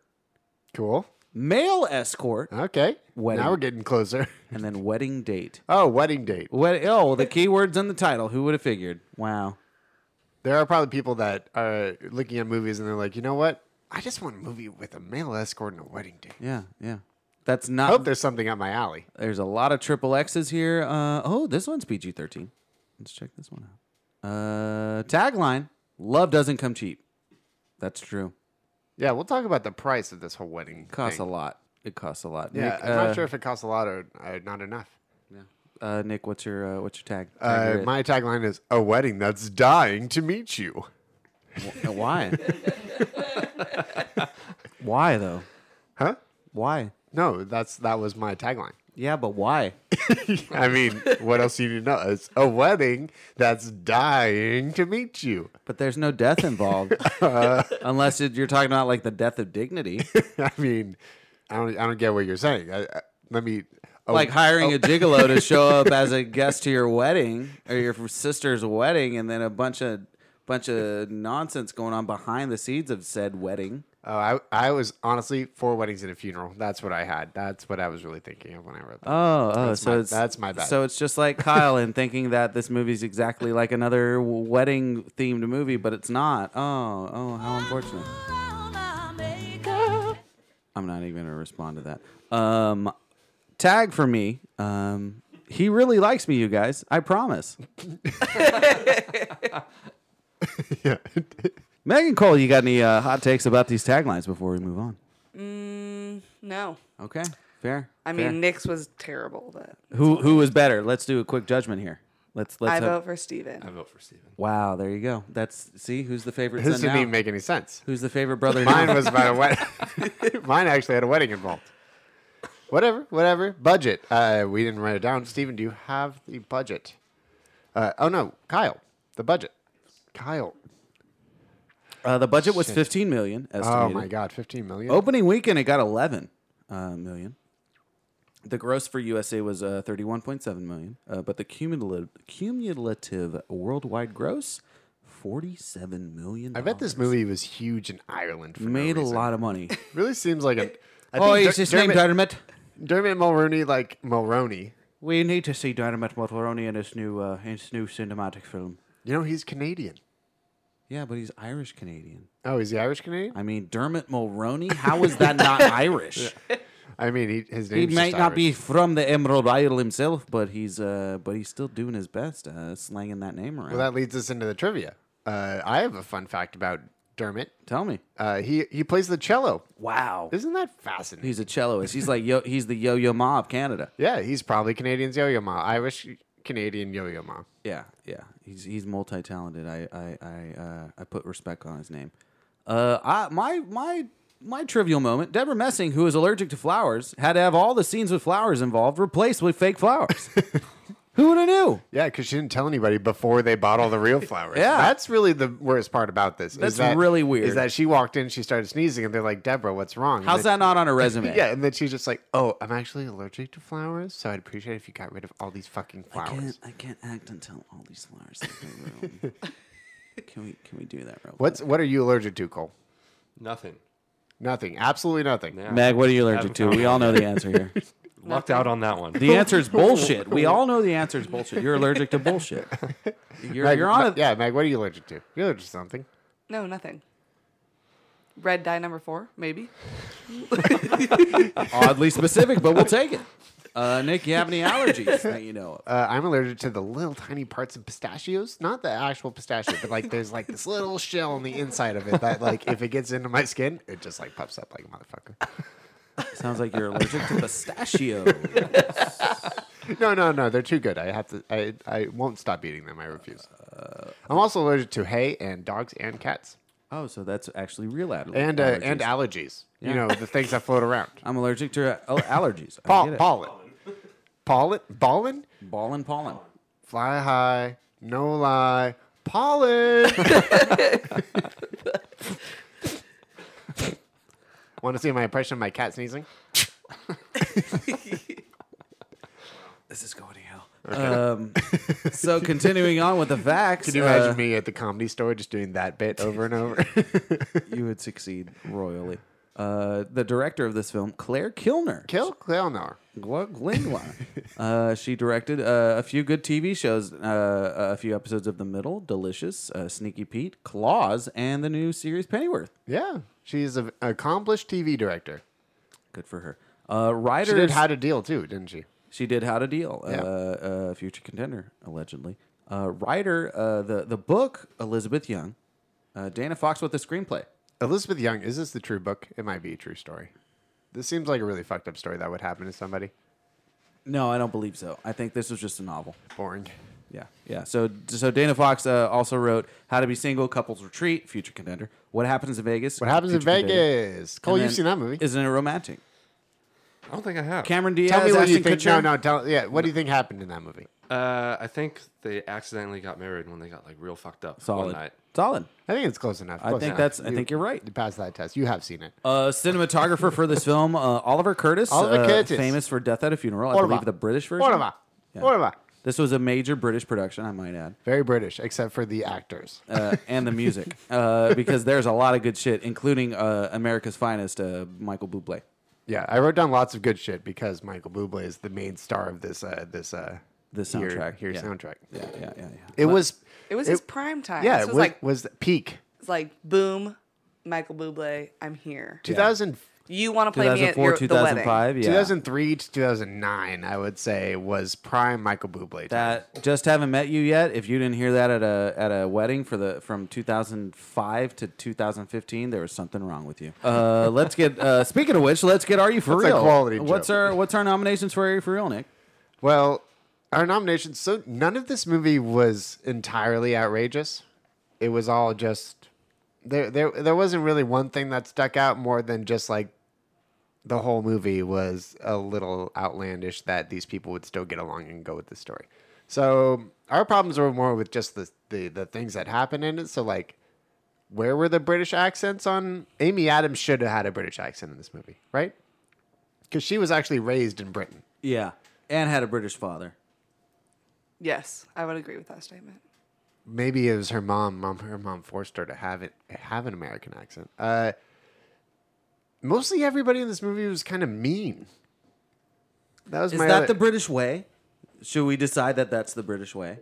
Speaker 2: Cool.
Speaker 1: Male escort.
Speaker 2: Okay.
Speaker 1: Wedding.
Speaker 2: Now we're getting closer.
Speaker 1: And then wedding date.
Speaker 2: Oh, wedding date.
Speaker 1: Wed- oh, the keywords in the title. Who would have figured? Wow.
Speaker 2: There are probably people that are looking at movies and they're like, you know what? I just want a movie with a male escort and a wedding date.
Speaker 1: Yeah, yeah. That's
Speaker 2: I
Speaker 1: not.
Speaker 2: hope there's something up my alley.
Speaker 1: There's a lot of triple X's here. Uh, oh, this one's PG 13. Let's check this one out. Uh, tagline Love doesn't come cheap. That's true.
Speaker 2: Yeah, we'll talk about the price of this whole wedding.
Speaker 1: Costs
Speaker 2: thing.
Speaker 1: a lot. It costs a lot.
Speaker 2: Yeah,
Speaker 1: Nick,
Speaker 2: I'm
Speaker 1: uh,
Speaker 2: not sure if it costs a lot or uh, not enough.
Speaker 1: Uh, Nick, what's your uh, what's your tag?
Speaker 2: Uh, my tagline is a wedding that's dying to meet you.
Speaker 1: Why? why though?
Speaker 2: Huh?
Speaker 1: Why?
Speaker 2: No, that's that was my tagline.
Speaker 1: Yeah, but why?
Speaker 2: I mean, what else do you need to know? It's a wedding that's dying to meet you.
Speaker 1: But there's no death involved, uh, unless it, you're talking about like the death of dignity,
Speaker 2: I mean, I don't I don't get what you're saying. I, I, let me oh, a-
Speaker 1: like hiring
Speaker 2: a-
Speaker 1: a gigolo to show up as a guest to your wedding or your sister's wedding, and then a bunch of bunch of nonsense going on behind the scenes of said wedding.
Speaker 2: Oh, I, I was honestly four weddings and a funeral. That's what I had. That's what I was really thinking of when I read that.
Speaker 1: Oh, oh,
Speaker 2: that's
Speaker 1: so
Speaker 2: my,
Speaker 1: it's
Speaker 2: that's my bad.
Speaker 1: So it's just like Kyle and thinking that this movie's exactly like another wedding themed movie, but it's not. Oh, oh, how unfortunate. I'm not even gonna respond to that. Um, tag for me. Um, he really likes me, you guys. I promise. yeah. Megan Cole, you got any uh, hot takes about these taglines before we move on?
Speaker 3: Mm, no.
Speaker 1: Okay, fair.
Speaker 3: I
Speaker 1: fair.
Speaker 3: mean, Nick's was terrible, but
Speaker 1: Who who is better? Let's do a quick judgment here. Let's let's
Speaker 3: I
Speaker 1: hope-
Speaker 3: vote for Steven. I vote for Steven.
Speaker 1: Wow, there you go. That's see who's the favorite.
Speaker 2: This
Speaker 1: son
Speaker 2: didn't
Speaker 1: now?
Speaker 2: even make any sense.
Speaker 1: Who's the favorite brother?
Speaker 2: Mine
Speaker 1: now?
Speaker 2: was about a wedding. Mine actually had a wedding involved. Whatever, whatever. Budget. Uh, we didn't write it down. Steven, do you have the budget? Uh, oh no, Kyle, the budget. Kyle.
Speaker 1: Uh, the budget was
Speaker 2: Shit.
Speaker 1: 15 million. Estimated.
Speaker 2: Oh my god, fifteen million.
Speaker 1: Opening weekend, it got 11 uh, million. The gross for USA was uh, 31.7 million, uh, but the cumulative cumulative worldwide gross 47 million.
Speaker 2: I bet this movie was huge in Ireland. For no
Speaker 1: made a
Speaker 2: reason.
Speaker 1: lot of money.
Speaker 2: Really seems like a. I
Speaker 1: oh,
Speaker 2: think
Speaker 1: is
Speaker 2: Der-
Speaker 1: his name Dermot?
Speaker 2: Dermot Mulroney, like Mulroney.
Speaker 1: We need to see Dynamite Mulroney in his new uh, in his new cinematic film.
Speaker 2: You know he's Canadian.
Speaker 1: Yeah, but he's Irish Canadian.
Speaker 2: Oh, is he Irish Canadian?
Speaker 1: I mean, Dermot Mulroney. How is that not Irish?
Speaker 2: I mean, he, his
Speaker 1: He
Speaker 2: name's
Speaker 1: might
Speaker 2: just
Speaker 1: not
Speaker 2: Irish.
Speaker 1: be from the Emerald Isle himself, but he's uh, but he's still doing his best, uh, slanging that name around.
Speaker 2: Well, that leads us into the trivia. Uh, I have a fun fact about Dermot.
Speaker 1: Tell me.
Speaker 2: Uh, he he plays the cello.
Speaker 1: Wow,
Speaker 2: isn't that fascinating?
Speaker 1: he's a celloist. He's like yo, he's the Yo Yo Ma of Canada.
Speaker 2: Yeah, he's probably Canadian's yo-yo ma, Irish Canadian yo-yo ma.
Speaker 1: Yeah, yeah. He's he's multi talented. I I I uh, I put respect on his name. Uh, I, my my my trivial moment. Deborah Messing, who is allergic to flowers, had to have all the scenes with flowers involved replaced with fake flowers. who would have knew?
Speaker 2: Yeah, because she didn't tell anybody before they bought all the real flowers.
Speaker 1: Yeah.
Speaker 2: that's really the worst part about this. is
Speaker 1: That's
Speaker 2: that-
Speaker 1: really weird.
Speaker 2: Is that she walked in, she started sneezing, and they're like, "Deborah, what's wrong?" And
Speaker 1: How's
Speaker 2: then-
Speaker 1: that not on a resume?
Speaker 2: yeah, and then she's just like, "Oh, I'm actually allergic to flowers, so I'd appreciate if you got rid of all these fucking
Speaker 1: I can't,
Speaker 2: flowers."
Speaker 1: I can't act until all these flowers leave the room. can we can we do that real
Speaker 2: What's what are you allergic to, Cole?
Speaker 4: Nothing.
Speaker 2: Nothing. Absolutely nothing.
Speaker 4: Yeah.
Speaker 1: quick? Meg, what are you allergic
Speaker 4: Haven't
Speaker 1: to?
Speaker 4: found
Speaker 1: We
Speaker 4: one.
Speaker 1: all know the answer here.
Speaker 4: Lucked out on that one.
Speaker 1: The answer is bullshit. We all know the answer is bullshit. You're allergic to bullshit. You're,
Speaker 2: Meg,
Speaker 1: you're on
Speaker 2: Ma-
Speaker 1: it.
Speaker 2: Yeah, Meg, what are you allergic to? You're allergic to something.
Speaker 3: No, nothing. Red dye number four, maybe.
Speaker 1: oddly specific, but we'll take it. Uh, Nick, you have any allergies that you know of?
Speaker 2: Uh, I'm allergic to the little tiny parts of pistachios. Not the actual pistachio, but like there's like this little shell on the inside of it that like if it gets into my skin, it just like puffs up like a motherfucker.
Speaker 1: Sounds like you're allergic to pistachio.
Speaker 2: No, no, no. They're too good. I have to. I I won't stop eating them. I refuse.
Speaker 1: Uh,
Speaker 2: I'm also allergic to hay and dogs and cats
Speaker 1: Oh, so that's actually real aller- allergies.
Speaker 2: and uh, and allergies.
Speaker 1: Yeah.
Speaker 2: You know the things that float around.
Speaker 1: I'm allergic to uh, al- allergies. I
Speaker 2: Paul,
Speaker 1: get it.
Speaker 2: pollen, pollen, pollen,
Speaker 1: Ballin' pollen.
Speaker 2: fly high, no lie, pollen. Want to see my impression of my cat sneezing?
Speaker 1: This is going to hell. Um, so continuing on with the facts,
Speaker 2: Can you
Speaker 1: uh,
Speaker 2: imagine me at the comedy store just doing that bit over and over?
Speaker 1: you would succeed royally. Uh, the director of this film, Claire Kilner.
Speaker 2: Kill Clownor.
Speaker 1: Glo- Glingwa. uh, she directed uh, a few good TV shows, uh, a few episodes of The Middle, Delicious, uh, Sneaky Pete, Claws, and the new series Pennyworth.
Speaker 2: Yeah, she's an accomplished TV director.
Speaker 1: Good for her. Uh, writers.
Speaker 2: She did How to Deal too, didn't she?
Speaker 1: She did How to Deal,
Speaker 2: Yeah.
Speaker 1: uh, uh, future contender, allegedly. Uh, writer, uh, the, the book, Elizabeth Young. Uh, Dana Fox with the screenplay.
Speaker 2: Elizabeth Young, is this the true book? It might be a true story. This seems like a really fucked up story that would happen to somebody.
Speaker 1: No, I don't believe so. I think this was just a novel.
Speaker 2: Boring.
Speaker 1: Yeah, yeah. So, so Dana Fox uh, also wrote "How to Be Single," "Couples Retreat," "Future Contender," "What Happens in Vegas,"
Speaker 2: What happens in
Speaker 1: Future Contender.
Speaker 2: Vegas? Cole,
Speaker 1: And
Speaker 2: you've
Speaker 1: then,
Speaker 2: seen that movie.
Speaker 1: Isn't it romantic?
Speaker 4: I don't think I have.
Speaker 1: Cameron Diaz,
Speaker 2: tell me what you
Speaker 1: Ashton
Speaker 2: think.
Speaker 1: Kutcher.
Speaker 2: No, no, tell. Yeah, what do you think happened in that movie?
Speaker 4: Uh, I think they accidentally got married when they got like real fucked up
Speaker 1: Solid.
Speaker 4: one night.
Speaker 1: Solid.
Speaker 2: I think it's close enough.
Speaker 1: I
Speaker 2: close
Speaker 1: think
Speaker 2: enough.
Speaker 1: that's- I think you're right.
Speaker 2: You passed that test. You have seen it.
Speaker 1: Uh, cinematographer for this film, uh, Oliver Curtis.
Speaker 2: Oliver
Speaker 1: uh,
Speaker 2: Curtis.
Speaker 1: Famous for Death at a Funeral. I
Speaker 2: Oliver.
Speaker 1: believe the British version.
Speaker 2: Oliver,
Speaker 1: Yeah.
Speaker 2: Oliver,
Speaker 1: This was a major British production, I might add.
Speaker 2: Very British, except for the actors
Speaker 1: uh, and the music, uh, because there's a lot of good shit, including uh, America's finest, uh, Michael Bublé.
Speaker 2: Yeah, I wrote down lots of good shit because Michael Bublé is the main star of this uh, this uh,
Speaker 1: This
Speaker 2: here-
Speaker 1: soundtrack,
Speaker 2: here
Speaker 1: yeah.
Speaker 2: soundtrack.
Speaker 1: Yeah, yeah, yeah, yeah.
Speaker 2: It was
Speaker 3: It was his prime time.
Speaker 2: Yeah,
Speaker 3: This
Speaker 2: it
Speaker 3: was
Speaker 2: was,
Speaker 3: like-
Speaker 2: was the peak.
Speaker 3: It's like boom, Michael Bublé, I'm here.
Speaker 2: 2000
Speaker 3: You want to play me at your, the wedding?
Speaker 2: 2003 to 2009, I would say, was prime Michael Bublé. Time.
Speaker 1: That just haven't met you yet. If you didn't hear that at a at a wedding for the from 2005 to 2015, there was something wrong with you. Uh, let's get. Uh, speaking of which, let's get. Are you for
Speaker 2: That's a
Speaker 1: real?
Speaker 2: quality
Speaker 1: What's
Speaker 2: joke.
Speaker 1: our What's our nominations for Are You for real, Nick?
Speaker 2: Well, our nominations. So none of this movie was entirely outrageous. It was all just there. There, there wasn't really one thing that stuck out more than just like the whole movie was a little outlandish that these people would still get along and go with the story. So our problems were more with just the the, the things that happened in it. So like. Where were the British accents on? Amy Adams should have had a British accent in this movie, right? Because she was actually raised in Britain.
Speaker 1: Yeah, and had a British father.
Speaker 3: Yes, I would agree with that statement.
Speaker 2: maybe it was her mom. Mom, her mom forced her to have it have an American accent. Uh, mostly everybody in this movie was kind of mean. That was
Speaker 1: Is
Speaker 2: my
Speaker 1: that
Speaker 2: other-
Speaker 1: the British way? Should we decide that that's the British way?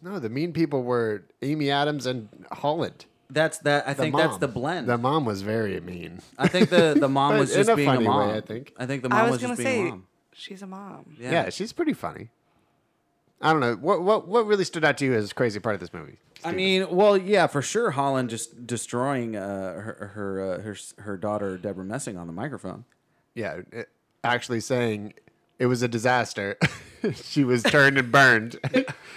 Speaker 2: no. The mean people were Amy Adams and Holland.
Speaker 1: That's that. I
Speaker 2: The
Speaker 1: think that's
Speaker 2: mom.
Speaker 1: the blend.
Speaker 2: The mom was very mean.
Speaker 1: I think the the mom
Speaker 2: But
Speaker 1: was
Speaker 2: in
Speaker 1: just
Speaker 2: a
Speaker 1: being a
Speaker 2: funny way,
Speaker 1: mom.
Speaker 2: I think.
Speaker 1: I think the mom
Speaker 3: I
Speaker 1: was,
Speaker 3: was, gonna
Speaker 1: just being a
Speaker 3: say
Speaker 1: mom.
Speaker 3: she's a mom.
Speaker 2: Yeah. she's pretty funny. I don't know what what what really stood out to you as crazy part of this movie.
Speaker 1: I mean, well, yeah, for sure. Holland just destroying uh, her her uh, her s- her daughter Deborah Messing on the microphone.
Speaker 2: Yeah, it- actually saying it was a disaster. she was turned and burned,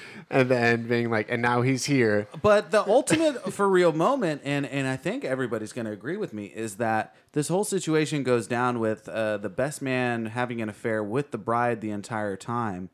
Speaker 2: and then being like, and now he's here.
Speaker 1: But the ultimate for real moment, and and I think everybody's going to agree with me, is that this whole situation goes down with uh, the best man having an affair with the bride the entire time,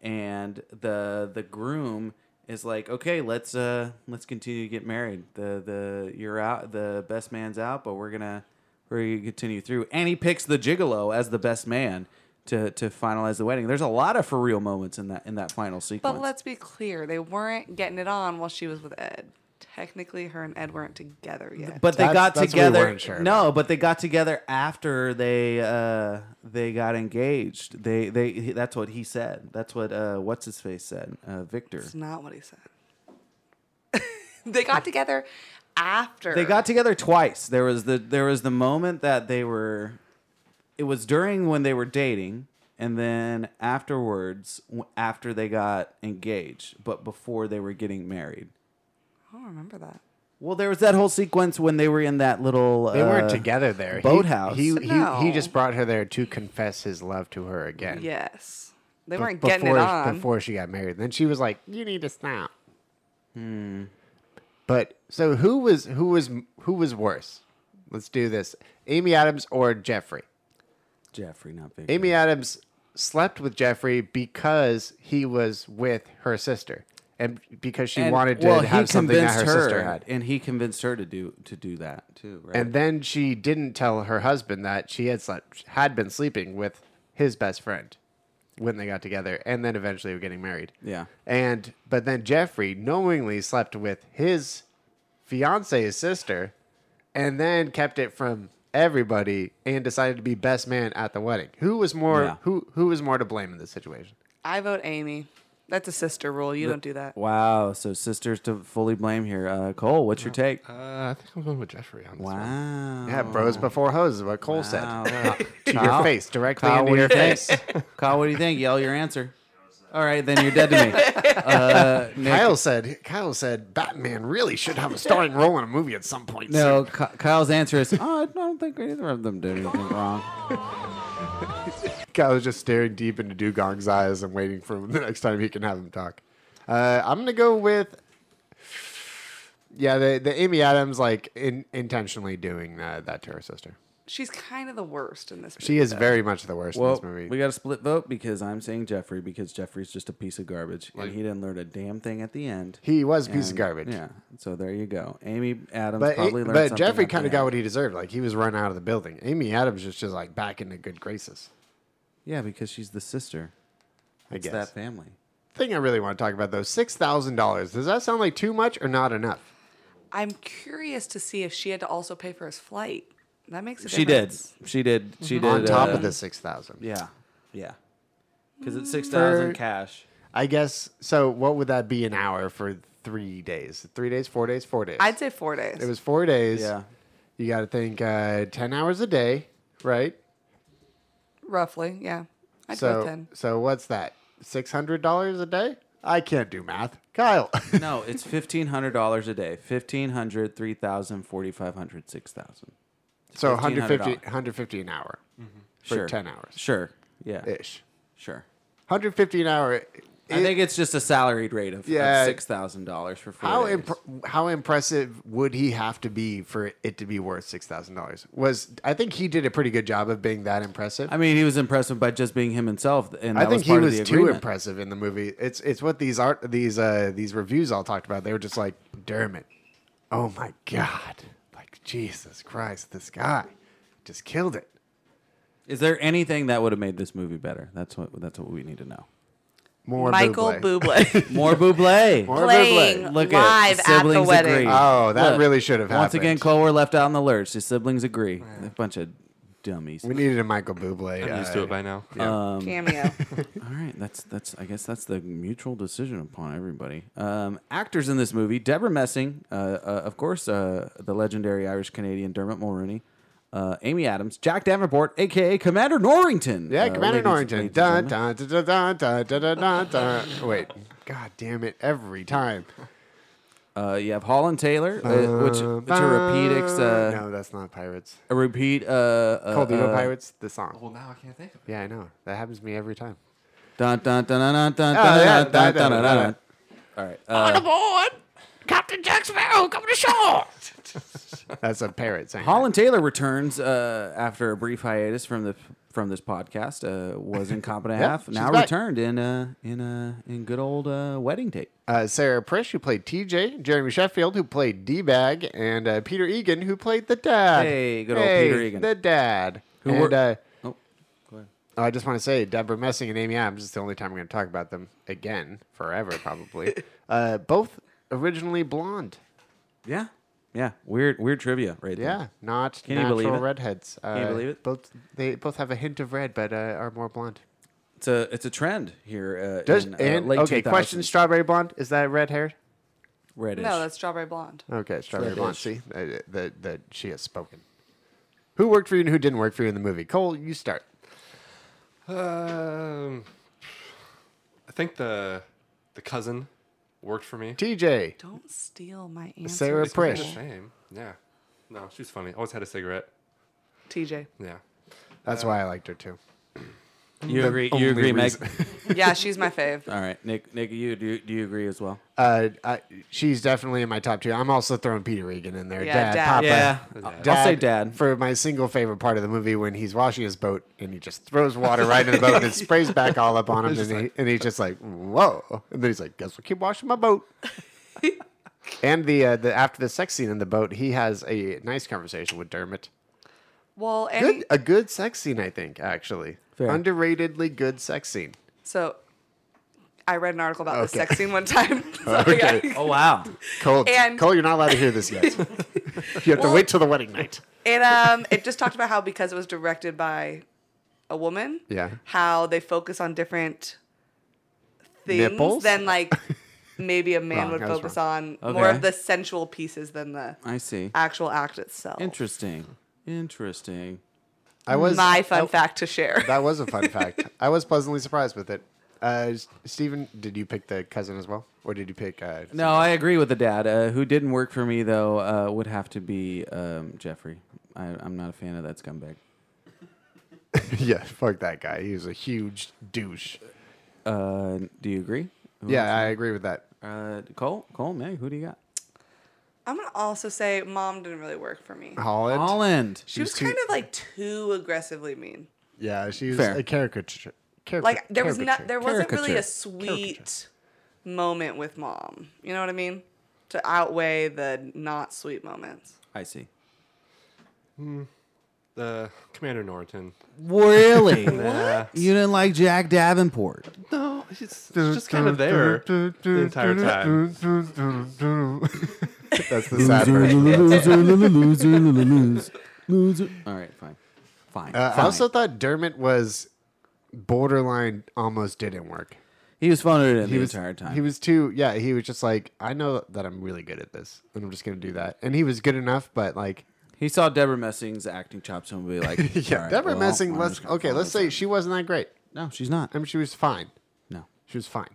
Speaker 1: and the the groom is like, okay, let's uh let's continue to get married. The the you're out, the best man's out, but we're gonna we're gonna continue through. And he picks the gigolo as the best man. To, to finalize the wedding, there's a lot of for real moments in that in that final sequence.
Speaker 3: But let's be clear, they weren't getting it on while she was with Ed. Technically, her and Ed weren't together yet.
Speaker 1: But they got
Speaker 2: that's what we
Speaker 1: together.
Speaker 2: weren't sure
Speaker 1: no, but they got together after they uh, they got engaged. They they he- that's what he said. That's what uh, what's his face said. Uh, Victor.
Speaker 3: That's not what he said. they got together after.
Speaker 1: They got together twice. There was the there was the moment that they were. It was during when they were dating, and then afterwards, w- after they got engaged, but before they were getting married.
Speaker 3: I don't remember that.
Speaker 1: Well, there was that whole sequence when they were in that little.
Speaker 2: They weren't
Speaker 1: uh,
Speaker 2: together there. He-
Speaker 1: Boathouse.
Speaker 2: He he, he,
Speaker 3: No.
Speaker 2: just brought her there to confess his love to her again.
Speaker 3: Yes. They
Speaker 2: Be-
Speaker 3: weren't getting it
Speaker 2: before-
Speaker 3: on.
Speaker 2: before she got married. Then she was like, "You need to stop." Hmm. But so who was who was who was worse? Let's do this: Amy Adams or Jeffrey.
Speaker 1: Jeffrey, not Victor.
Speaker 2: Amy Adams slept with Jeffrey because he was with her sister, and because she
Speaker 1: And-
Speaker 2: wanted to
Speaker 1: well, he
Speaker 2: have something that her,
Speaker 1: convinced
Speaker 2: sister had.
Speaker 1: and he convinced her to do to do that too. Right?
Speaker 2: And then she didn't tell her husband that she had slept, had been sleeping with his best friend when they got together, and then eventually were getting married.
Speaker 1: Yeah.
Speaker 2: And but then Jeffrey knowingly slept with his fiance's sister, and then kept it from everybody, and decided to be best man at the wedding. Who was more
Speaker 1: Yeah.
Speaker 2: who who was more to blame in this situation?
Speaker 3: I vote Amy. That's a sister rule. You don't do that.
Speaker 1: wow, so sisters to fully blame here. Uh, Cole, what's your take?
Speaker 4: Uh, I think I'm going with Jeffrey on this
Speaker 1: Wow.
Speaker 2: Yeah, bros before hoes is what Cole said.
Speaker 1: Wow.
Speaker 2: to your
Speaker 1: Kyle-
Speaker 2: face, directly
Speaker 1: Kyle,
Speaker 2: into
Speaker 1: what do
Speaker 2: your
Speaker 1: you think?
Speaker 2: face.
Speaker 1: Kyle, what do you think? Yell your answer. All right, then you're dead to me. Uh, Nick-
Speaker 2: Kyle said, Kyle said, Batman really should have a starring role in a movie at some point.
Speaker 1: no, Ky- Kyle's answer is, oh, I don't think either of them did anything wrong.
Speaker 2: Kyle was just staring deep into Dugong's eyes and waiting for the next time he can have him talk. Uh, I'm gonna go with, yeah, the, the Amy Adams like in, intentionally doing uh, that to her sister.
Speaker 3: She's kind of the worst in this.
Speaker 2: She
Speaker 3: movie,
Speaker 2: is
Speaker 3: though.
Speaker 2: very much the worst in
Speaker 1: Well,
Speaker 2: this movie.
Speaker 1: we got a split vote because I'm saying Jeffrey because Jeffrey's just a piece of garbage and he didn't learn a damn thing at the end.
Speaker 2: He was a piece of garbage.
Speaker 1: Yeah. So there you go. Amy Adams
Speaker 2: But,
Speaker 1: probably learned
Speaker 2: but
Speaker 1: something
Speaker 2: Jeffrey
Speaker 1: at the
Speaker 2: kind of
Speaker 1: end.
Speaker 2: got what he deserved. Like he was run out of the building. Amy Adams was just like back into good graces.
Speaker 1: Yeah, because she's the sister.
Speaker 2: I
Speaker 1: It's
Speaker 2: guess.
Speaker 1: that family.
Speaker 2: thing I really want to talk about though, six thousand dollars. Does that sound like too much or not enough?
Speaker 3: I'm curious to see if she had to also pay for his flight. That makes a
Speaker 1: She did.
Speaker 3: difference.
Speaker 1: She did. She did.
Speaker 2: On top
Speaker 1: uh,
Speaker 2: of the six thousand.
Speaker 1: Yeah. Yeah. Because it's
Speaker 3: Mm.
Speaker 1: six thousand
Speaker 2: For-
Speaker 1: cash.
Speaker 2: I guess so. What would that be an hour for three days? Three days, four days, four days.
Speaker 3: I'd say four days.
Speaker 2: It was four days.
Speaker 3: Yeah.
Speaker 2: You got to think uh, ten hours a day, right?
Speaker 3: roughly, yeah. I'd
Speaker 2: so
Speaker 3: go ten.
Speaker 2: so what's that? Six hundred dollars a day? I can't do math, Kyle.
Speaker 1: no, it's fifteen hundred dollars a day. Fifteen hundred, three thousand, forty five hundred, six thousand.
Speaker 2: so 150, 150 an hour for
Speaker 1: Mm-hmm. Sure.
Speaker 2: ten hours.
Speaker 1: Sure. Yeah.
Speaker 2: Ish.
Speaker 1: Sure.
Speaker 2: Hundred fifty an hour.
Speaker 1: I think it's just a salaried rate of,
Speaker 2: Yeah.
Speaker 1: six thousand dollars for four
Speaker 2: How
Speaker 1: days.
Speaker 2: impr how impressive would he have to be for it to be worth six thousand dollars? Was I think he did a pretty good job of being that impressive.
Speaker 1: I mean, he was impressive by just being him himself, and
Speaker 2: I
Speaker 1: that
Speaker 2: think
Speaker 1: was part
Speaker 2: he
Speaker 1: of
Speaker 2: was
Speaker 1: the
Speaker 2: too
Speaker 1: agreement.
Speaker 2: impressive in the movie. It's it's what these art these uh these reviews all talked about. They were just like Dermot, oh my god, like Jesus Christ, this guy just killed it.
Speaker 1: Is there anything that would have made this movie better? That's what that's what we need to know.
Speaker 2: More
Speaker 3: Michael Bublé.
Speaker 1: More Bublé.
Speaker 3: More Playing Bublé. live at the
Speaker 1: siblings
Speaker 3: wedding.
Speaker 1: agree.
Speaker 2: Oh, that really should have
Speaker 1: Once
Speaker 2: happened.
Speaker 1: again, Chloe were left out in the lurch. The siblings agree. A bunch of dummies.
Speaker 2: We needed a Michael Bublé. uh,
Speaker 4: I'm used to it by now.
Speaker 1: Um,
Speaker 3: Cameo.
Speaker 1: all right, that's that's. I guess that's the mutual decision upon everybody. Um, actors in this movie: Deborah Messing, uh, uh, of course, uh, the legendary Irish Canadian Dermot Mulroney, uh, Amy Adams, Jack Davenport, aka Commander Norrington.
Speaker 2: Yeah,
Speaker 1: uh,
Speaker 2: Commander
Speaker 1: ladies-
Speaker 2: Norrington.
Speaker 1: ladies and
Speaker 2: Dun, dun,
Speaker 1: gentlemen.
Speaker 2: dun, dun, dun, dun, dun, dun, dun, dun. Wait, god damn it, every time.
Speaker 1: Uh, you have Holland Taylor, uh, which, which a repeat. Ex, uh,
Speaker 2: no, that's not Pirates.
Speaker 1: A repeat. Uh, uh,
Speaker 2: Cold Eagle
Speaker 1: uh,
Speaker 2: Pirates, the song.
Speaker 4: Well, now I can't think of it.
Speaker 2: Yeah, I know. That happens to me every time.
Speaker 1: Dun, dun, dun, dun, dun, dun,
Speaker 2: Oh, yeah,
Speaker 1: dun, dun,
Speaker 2: dun, dun,
Speaker 1: dun, dun,
Speaker 2: dun,
Speaker 1: dun. All right.
Speaker 15: On
Speaker 1: Uh,
Speaker 15: aboard! Captain Jack Sparrow coming ashore!
Speaker 2: That's a parrot saying.
Speaker 1: Holland Taylor returns uh, after a brief hiatus from the from this podcast. Uh, was incompetent
Speaker 2: Yeah,
Speaker 1: half.
Speaker 2: she's
Speaker 1: Now
Speaker 2: back.
Speaker 1: returned in uh, in uh, in good old uh, wedding date.
Speaker 2: Uh, Sarah Prish, who played TJ, Jeremy Sheffield, who played D Bag, and uh, Peter Egan, who played the dad.
Speaker 1: Hey, good old Peter Egan.
Speaker 2: The dad.
Speaker 1: Who
Speaker 2: and,
Speaker 1: wor-
Speaker 2: uh,
Speaker 1: Oh, go ahead.
Speaker 2: I just want to say Deborah Messing and Amy Adams is the only time we're going to talk about them again, forever, probably. uh, both originally blonde.
Speaker 1: Yeah, yeah. Weird weird trivia right there.
Speaker 2: Yeah, not
Speaker 1: Can you
Speaker 2: natural
Speaker 1: believe it?
Speaker 2: redheads. Uh,
Speaker 1: Can you believe it?
Speaker 2: Both they both have a hint of red, but uh, are more blonde.
Speaker 1: It's a it's a trend here. Uh,
Speaker 2: Does
Speaker 1: in, uh,
Speaker 2: and
Speaker 1: late
Speaker 2: okay?
Speaker 1: 2000s.
Speaker 2: Question: Strawberry blonde is that red haired?
Speaker 1: Reddish.
Speaker 3: No, that's Strawberry Blonde.
Speaker 2: Okay, Strawberry
Speaker 1: Reddish.
Speaker 2: Blonde. See, that that- that she has spoken. Who worked for you and who didn't work for you in the movie? Cole, you start.
Speaker 4: Um, I think the the cousin worked for me.
Speaker 2: TJ.
Speaker 3: Don't steal my answer.
Speaker 2: Sarah
Speaker 4: It's kinda
Speaker 2: Prish.
Speaker 4: the Same. Yeah. No, she was funny. Always had a cigarette.
Speaker 3: TJ.
Speaker 4: Yeah.
Speaker 1: Uh,
Speaker 2: That's why I liked her too.
Speaker 1: You
Speaker 2: The
Speaker 1: agree?
Speaker 2: only
Speaker 1: You agree, Meg?
Speaker 2: reason.
Speaker 3: Yeah, she's my fave.
Speaker 1: All right, Nick. Nick, you do. Do you agree as well?
Speaker 2: Uh, I, she's definitely in my top two. I'm also throwing Peter Egan in there.
Speaker 3: Yeah,
Speaker 2: dad,
Speaker 3: Dad.
Speaker 2: Papa.
Speaker 1: Yeah. I'll say Dad.
Speaker 2: For my single favorite part of the movie when he's washing his boat and he just throws water right in the boat and it sprays back all up on him. And, he, and he's just like, whoa. And then he's like, guess we'll keep washing my boat. and the, uh, the after the sex scene in the boat, he has a nice conversation with Dermot.
Speaker 3: Well, and
Speaker 2: Good, a good sex scene, I think, actually.
Speaker 1: Fair.
Speaker 2: Underratedly good sex scene.
Speaker 3: so I read an article about this
Speaker 2: Okay.
Speaker 3: sex scene one time. So
Speaker 2: Okay.
Speaker 3: I-
Speaker 1: Oh wow.
Speaker 2: Cole,
Speaker 3: And-
Speaker 2: Cole, you're not allowed to hear this yet. you have to
Speaker 3: Well-
Speaker 2: wait till the wedding night.
Speaker 3: And um, it just talked about how because it was directed by a woman,
Speaker 2: Yeah.
Speaker 3: how they focus on different things
Speaker 2: Nipples?
Speaker 3: than like maybe a man
Speaker 2: Wrong,
Speaker 3: would
Speaker 2: I was
Speaker 3: focus on
Speaker 1: wrong.
Speaker 3: more
Speaker 1: Okay.
Speaker 3: of the sensual pieces than the
Speaker 1: I see.
Speaker 3: actual act itself.
Speaker 1: Interesting. Interesting.
Speaker 2: I was
Speaker 3: my fun
Speaker 2: I-
Speaker 3: fact to share.
Speaker 2: That was a fun fact. I was pleasantly surprised with it. Uh, S- Steven, did you pick the cousin as well, or did you pick? Uh,
Speaker 1: No, I agree with the dad. Uh, who didn't work for me though uh, would have to be um, Jeffrey. I, I'm not a fan of that scumbag.
Speaker 2: yeah, fuck that guy. He was a huge douche.
Speaker 1: Uh, do you agree? Who
Speaker 2: Yeah, I
Speaker 1: else?
Speaker 2: agree with that.
Speaker 1: uh, Cole, Cole, Meg, who do you got?
Speaker 3: I'm gonna also say mom didn't really work for me.
Speaker 2: Holland.
Speaker 1: Holland.
Speaker 3: She was
Speaker 2: too-
Speaker 3: kind of like too aggressively mean.
Speaker 2: Yeah, she was
Speaker 1: Fair.
Speaker 2: a caricature. carica-
Speaker 3: Like there was
Speaker 2: caricature.
Speaker 3: not there wasn't really
Speaker 1: Caricature.
Speaker 3: a sweet moment with mom. You know what I mean? To outweigh the not sweet moments.
Speaker 1: I see.
Speaker 4: The Commander Norton.
Speaker 1: Really?
Speaker 4: Nah.
Speaker 1: You didn't like Jack Davenport?
Speaker 4: No, He's just kind of there the entire time.
Speaker 2: That's the sad
Speaker 16: loser,
Speaker 2: version.
Speaker 16: loser, loser, loser, loser, loser.
Speaker 1: All right, fine. Fine.
Speaker 2: Uh, I
Speaker 1: fine.
Speaker 2: also thought Dermot was borderline almost didn't work.
Speaker 1: He was phoning it in
Speaker 2: He
Speaker 1: the
Speaker 2: was-
Speaker 1: entire time.
Speaker 2: He was too, yeah, he was just like, I know that I'm really good at this, and I'm just going to do that. And he was good enough, but like,
Speaker 1: he saw Deborah Messing's acting chops and be like,
Speaker 2: yeah,
Speaker 1: "All right,
Speaker 2: Deborah
Speaker 1: well,
Speaker 2: Messing,
Speaker 1: I'm
Speaker 2: let's,
Speaker 1: just gonna
Speaker 2: okay,
Speaker 1: follow
Speaker 2: let's
Speaker 1: this
Speaker 2: say Um, she wasn't that great.
Speaker 1: No, she's not.
Speaker 2: I mean, she was fine.
Speaker 1: No.
Speaker 2: She was fine.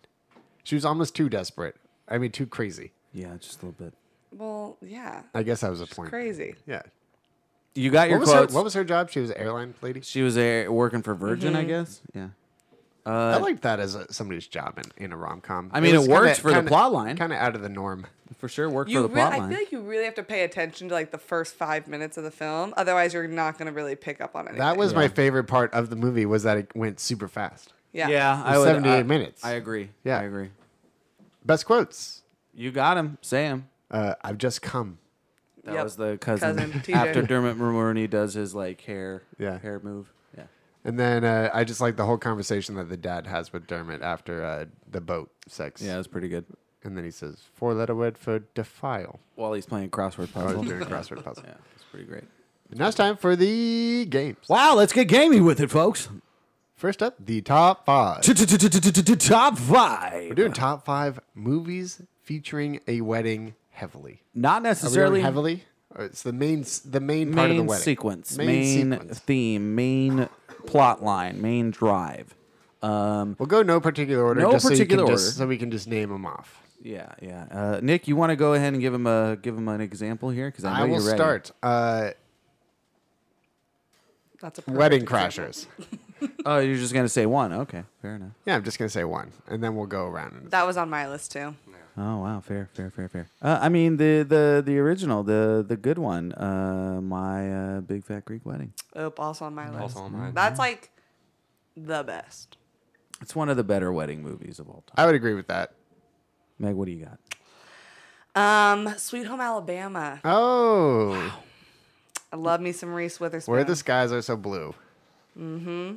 Speaker 2: She was almost too desperate. I mean, too crazy.
Speaker 1: Yeah, just a little bit.
Speaker 3: Well, yeah.
Speaker 2: I guess that was the point.
Speaker 3: Crazy.
Speaker 2: Yeah.
Speaker 1: You got your
Speaker 2: what was
Speaker 1: quotes.
Speaker 2: Her, what was her job? She was an airline lady.
Speaker 1: She was there working for Virgin, I
Speaker 2: Mhm.
Speaker 1: guess. Yeah. Uh,
Speaker 2: I like that as a, somebody's job in, in a rom com.
Speaker 1: I mean, it works for the plot line.
Speaker 2: Kind of out of the norm.
Speaker 1: For sure, worked
Speaker 3: You really, I feel like you really have to pay attention to like the first five minutes of the film, otherwise you're not going to really pick up on anything.
Speaker 2: That was my favorite part of the movie was that it went super fast.
Speaker 3: Yeah.
Speaker 1: yeah,
Speaker 2: It was
Speaker 1: I would,
Speaker 2: 78
Speaker 1: I-
Speaker 2: minutes.
Speaker 1: I agree.
Speaker 2: Yeah.
Speaker 1: I agree.
Speaker 2: Best quotes.
Speaker 1: You got him, Sam.
Speaker 2: Uh, I've just come.
Speaker 1: That
Speaker 2: Yep.
Speaker 1: was the cousin,
Speaker 2: Cousin, TJ.
Speaker 1: after Dermot Mulroney does his like hair,
Speaker 2: Yeah.
Speaker 1: hair move. Yeah.
Speaker 2: And then uh, I just like the whole conversation that the dad has with Dermot after uh, the boat sex.
Speaker 1: Yeah, it was pretty good.
Speaker 2: And then he says, four letter word for defile.
Speaker 1: While he's playing crossword
Speaker 2: Oh, he's
Speaker 1: puzzle.
Speaker 2: doing a crossword puzzle.
Speaker 1: Yeah, it's pretty great.
Speaker 2: Now it's time for the games.
Speaker 1: Wow, let's get gamey with it, folks.
Speaker 2: First up, the top five.
Speaker 1: Top five.
Speaker 2: We're doing top five movies featuring a wedding heavily. Are we
Speaker 1: Not
Speaker 2: going
Speaker 1: necessarily
Speaker 2: heavily. Or it's the main s- the main,
Speaker 1: main
Speaker 2: part of the wedding
Speaker 1: sequence, main,
Speaker 2: Main, sequence.
Speaker 1: theme, main plot line, main drive. Um,
Speaker 2: we'll go no particular order.
Speaker 1: No
Speaker 2: just
Speaker 1: particular
Speaker 2: so you can
Speaker 1: order.
Speaker 2: Just, so we can just name them off.
Speaker 1: yeah, yeah. Uh, Nick, you want to go ahead and give him a give him an example here because I know
Speaker 2: I, will
Speaker 1: you're ready.
Speaker 2: start. Uh,
Speaker 3: That's a perfect
Speaker 2: wedding
Speaker 3: example.
Speaker 2: crashers.
Speaker 1: oh, you're just gonna say one? Okay, fair enough.
Speaker 2: Yeah, I'm just gonna say one, and then we'll go around.
Speaker 3: That was on my list too.
Speaker 1: Oh wow, fair, fair, fair, fair. Uh, I mean the the the original, the the good one, uh, my uh, big fat Greek wedding.
Speaker 3: Oh, also on my list.
Speaker 4: Also on mine.
Speaker 3: That's like the best.
Speaker 1: It's one of the better wedding movies of all time.
Speaker 2: I would agree with that.
Speaker 1: Meg, what do you got?
Speaker 3: Um, Sweet Home Alabama.
Speaker 2: Oh,
Speaker 3: I love me some Reese Witherspoon.
Speaker 2: where the skies are so blue.
Speaker 3: Mm-hmm.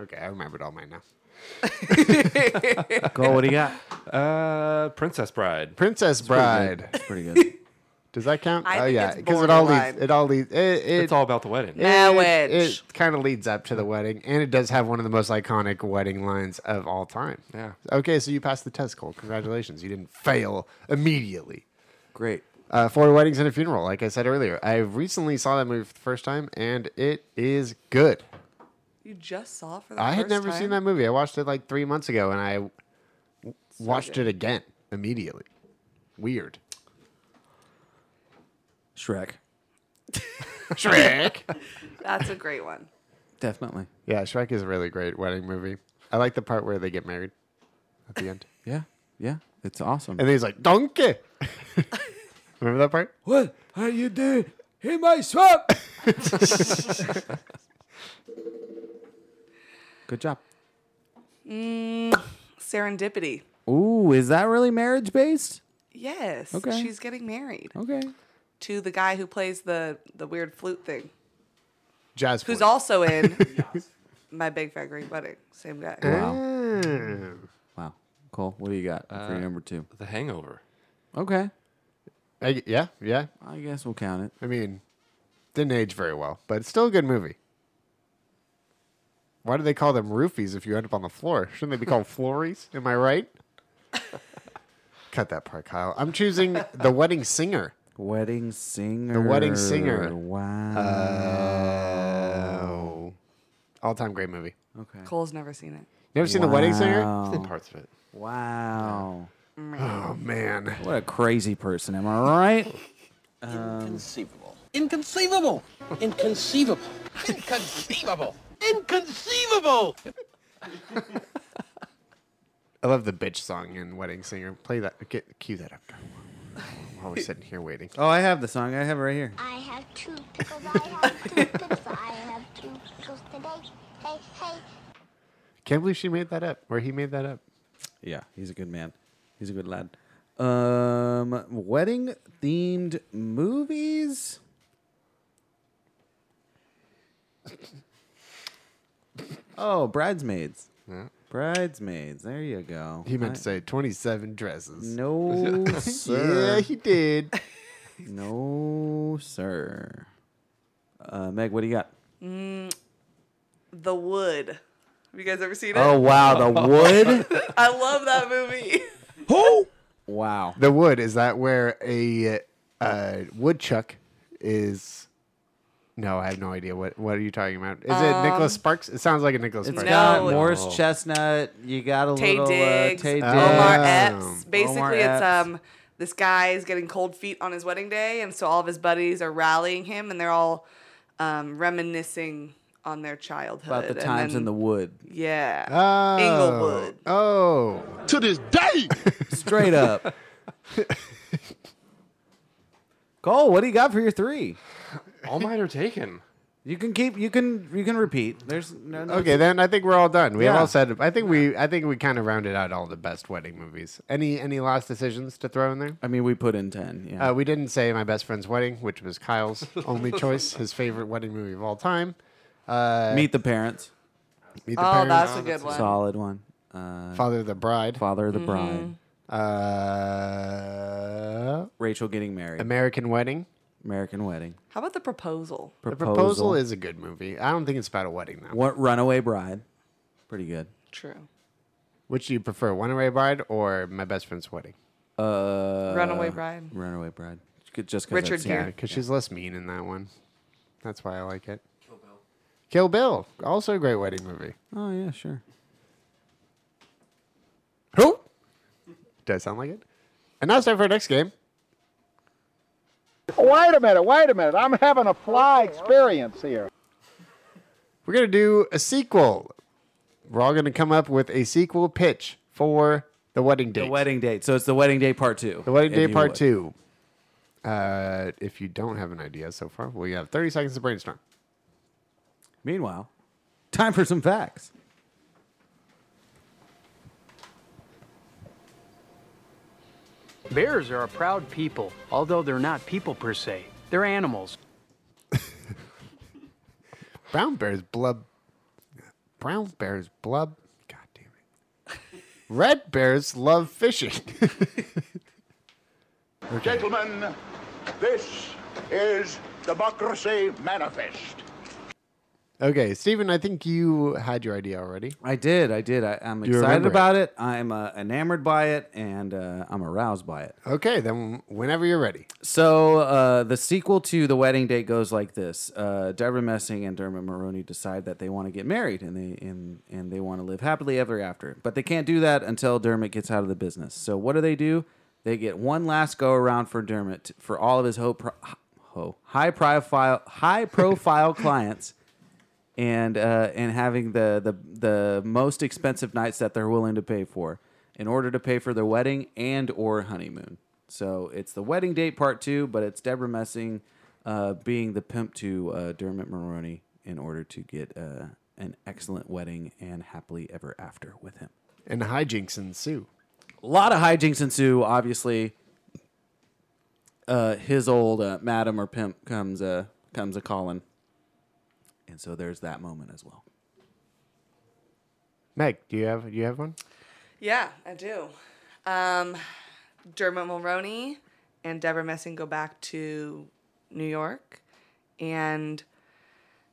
Speaker 2: Okay, I remembered all mine now.
Speaker 1: Cole, what do you got?
Speaker 4: Uh, Princess Bride.
Speaker 2: Princess Bride.
Speaker 1: It's pretty good.
Speaker 2: Does that count?
Speaker 3: I
Speaker 2: oh
Speaker 3: think
Speaker 2: yeah,
Speaker 3: it's
Speaker 2: because it all leads.
Speaker 3: borderline.
Speaker 2: It all leads. It, it-
Speaker 4: It's all about the wedding.
Speaker 2: it-
Speaker 3: Marriage.
Speaker 2: It, kind of leads up to the wedding, and it does have one of the most iconic wedding lines of all time.
Speaker 4: Yeah.
Speaker 2: Okay, so you passed the test, Cole. Congratulations, you didn't fail immediately.
Speaker 1: Great.
Speaker 2: Uh, Four weddings and a funeral. Like I said earlier, I recently saw that movie for the first time, and it is good.
Speaker 3: You just saw it for the
Speaker 2: I had
Speaker 3: first
Speaker 2: never
Speaker 3: time?
Speaker 2: seen that movie. I watched it like three months ago, and I w- watched it again immediately. Weird.
Speaker 1: Shrek,
Speaker 2: Shrek.
Speaker 3: That's a great one.
Speaker 1: definitely.
Speaker 2: Yeah, Shrek is a really great wedding movie. I like the part where they get married at the end.
Speaker 1: Yeah, yeah. It's awesome.
Speaker 2: And he's like, Donkey! Remember that part?
Speaker 1: What are you doing in my swamp? Good job.
Speaker 3: Mm, serendipity.
Speaker 1: Ooh, is that really marriage based?
Speaker 3: Yes.
Speaker 1: Okay.
Speaker 3: She's getting married.
Speaker 2: Oh.
Speaker 1: Okay.
Speaker 3: To the guy who plays the the weird flute thing,
Speaker 2: Jazz.
Speaker 3: who's
Speaker 2: flute.
Speaker 3: also in My Big Fat Greek Wedding. Same guy.
Speaker 1: Wow. wow. Cole, what do you got for
Speaker 4: Uh,
Speaker 1: your number two?
Speaker 4: The Hangover.
Speaker 1: Okay.
Speaker 2: I- yeah, yeah.
Speaker 1: I guess we'll count it.
Speaker 2: I mean, didn't age very well, but it's still a good movie. Why do they call them roofies if you end up on the floor? Shouldn't they be called floories? Am I right? Cut that part, Kyle. I'm choosing The Wedding Singer.
Speaker 1: Wedding singer.
Speaker 2: The Wedding Singer.
Speaker 1: Wow.
Speaker 2: Oh. All time great movie.
Speaker 1: okay.
Speaker 3: Cole's never seen it.
Speaker 2: You ever seen The Wedding Singer?
Speaker 1: Wow.
Speaker 4: Seen parts of it.
Speaker 1: Wow.
Speaker 2: Oh, man.
Speaker 1: What a crazy person, am I right?
Speaker 14: Inconceivable. Inconceivable. Inconceivable. Inconceivable. Inconceivable.
Speaker 2: I love the bitch song in Wedding Singer. Play that. Get, cue that up. We're always sitting here waiting.
Speaker 1: Oh, I have the song. I have it right here.
Speaker 18: I have two pickles. I have two pickles. I have two pickles today. Hey, hey.
Speaker 2: Can't believe she made that up, or he made that up.
Speaker 1: Yeah, he's a good man. He's a good lad. Um, wedding themed movies. Oh, bridesmaids.
Speaker 4: Yeah.
Speaker 1: Bridesmaids. There you go.
Speaker 2: He meant
Speaker 1: I-
Speaker 2: to say 27 dresses.
Speaker 1: No, sir.
Speaker 2: yeah, he did.
Speaker 1: No, sir. Uh, Meg, what do you got?
Speaker 3: Mm, the Wood. Have you guys ever seen it?
Speaker 1: Oh, wow, The Wood?
Speaker 3: I love that movie.
Speaker 1: Who? Wow.
Speaker 2: The wood is that where a uh, woodchuck is? No, I have no idea. What What are you talking about? Is it Nicholas
Speaker 1: Um,
Speaker 2: Sparks? It sounds like a Nicholas
Speaker 1: It's
Speaker 2: Sparks.
Speaker 1: got Morris Chestnut. You got a
Speaker 3: Tay
Speaker 1: little
Speaker 3: Diggs,
Speaker 1: Uh, Tay Diggs.
Speaker 3: Omar Epps.
Speaker 1: Omar
Speaker 3: Basically, it's
Speaker 1: Epps.
Speaker 3: um this guy is getting cold feet on his wedding day, and so all of his buddies are rallying him, and they're all um, reminiscing on their childhood.
Speaker 1: about the
Speaker 3: and
Speaker 1: times in
Speaker 3: then-
Speaker 1: the wood.
Speaker 3: Yeah.
Speaker 1: Ah,
Speaker 2: Oh.
Speaker 3: Inglewood.
Speaker 2: Oh. To this day.
Speaker 1: Straight up. Cole, what do you got for your three?
Speaker 4: All mine are taken.
Speaker 1: You can keep. You can. You can repeat. There's no. no
Speaker 2: Okay, then I think we're all done. We have
Speaker 1: Yeah.
Speaker 2: all said. I think we. I think we kind of rounded out all the best wedding movies. Any Any last decisions to throw in there?
Speaker 1: I mean, we put in ten. Yeah.
Speaker 2: Uh, we didn't say my best friend's wedding, which was Kyle's only choice, his favorite wedding movie of all time. Uh,
Speaker 1: Meet the parents.
Speaker 2: Meet
Speaker 3: Oh, that's a good one.
Speaker 1: Solid one. Uh,
Speaker 2: Father of the Bride.
Speaker 1: Father of the Bride.
Speaker 2: Uh,
Speaker 1: Rachel getting married.
Speaker 2: American Wedding.
Speaker 1: American Wedding.
Speaker 3: How about the proposal?
Speaker 2: The Proposal is a good movie. I don't think it's about a wedding though.
Speaker 1: What Runaway Bride? Pretty good.
Speaker 3: True.
Speaker 2: Which do you prefer, Runaway Bride or My Best Friend's Wedding?
Speaker 1: Uh,
Speaker 3: Runaway Bride.
Speaker 1: Runaway Bride. Just 'cause I've
Speaker 3: Richard
Speaker 1: seen
Speaker 3: Gere.
Speaker 1: it.
Speaker 2: because she's less mean in that one. That's why I like it. Kill Bill, also a great wedding movie.
Speaker 1: Oh yeah, sure.
Speaker 2: Who? Does that sound like it? And now it's time for our next game.
Speaker 19: Wait a minute, wait a minute. I'm having a fly experience here.
Speaker 2: We're gonna do a sequel. We're all gonna come up with a sequel pitch for the wedding date.
Speaker 1: The wedding date. So it's the wedding date part two.
Speaker 2: The wedding
Speaker 1: if
Speaker 2: date
Speaker 1: you
Speaker 2: part
Speaker 1: would.
Speaker 2: two. Uh, if you don't have an idea so far, well, you have 30 seconds to brainstorm.
Speaker 1: Meanwhile, time for some facts.
Speaker 20: Bears are a proud people, although they're not people per se. They're animals.
Speaker 2: Brown bears blub. Brown bears blub. God damn it. Red bears love fishing.
Speaker 21: Gentlemen, this is Democracy Manifest.
Speaker 2: okay, Stephen, I think you had your idea already.
Speaker 1: I did. I did. I, I'm
Speaker 2: You
Speaker 1: excited
Speaker 2: remember it.
Speaker 1: about it. I'm uh, enamored by it, and uh, I'm aroused by it.
Speaker 2: Okay, then whenever you're ready.
Speaker 1: So uh, the sequel to the wedding date goes like this: uh, Deborah Messing and Dermot Maroney decide that they want to get married, and they and and they want to live happily ever after. But they can't do that until Dermot gets out of the business. So what do they do? They get one last go around for Dermot t- for all of his ho, pro- ho high profile high profile clients, and uh, and having the, the the most expensive nights that they're willing to pay for in order to pay for their wedding and or honeymoon. So it's the wedding date part two, but it's Deborah Messing uh, being the pimp to uh, Dermot Maroney in order to get uh, an excellent wedding and happily ever after with him.
Speaker 2: And hijinks ensue.
Speaker 1: A lot of hijinks ensue. Obviously, uh, his old uh, madam or pimp comes uh, comes a calling, and so there's that moment as well.
Speaker 2: Meg, do you have do you have one?
Speaker 3: Yeah, I do. Um, Dermot Mulroney and Deborah Messing go back to New York, and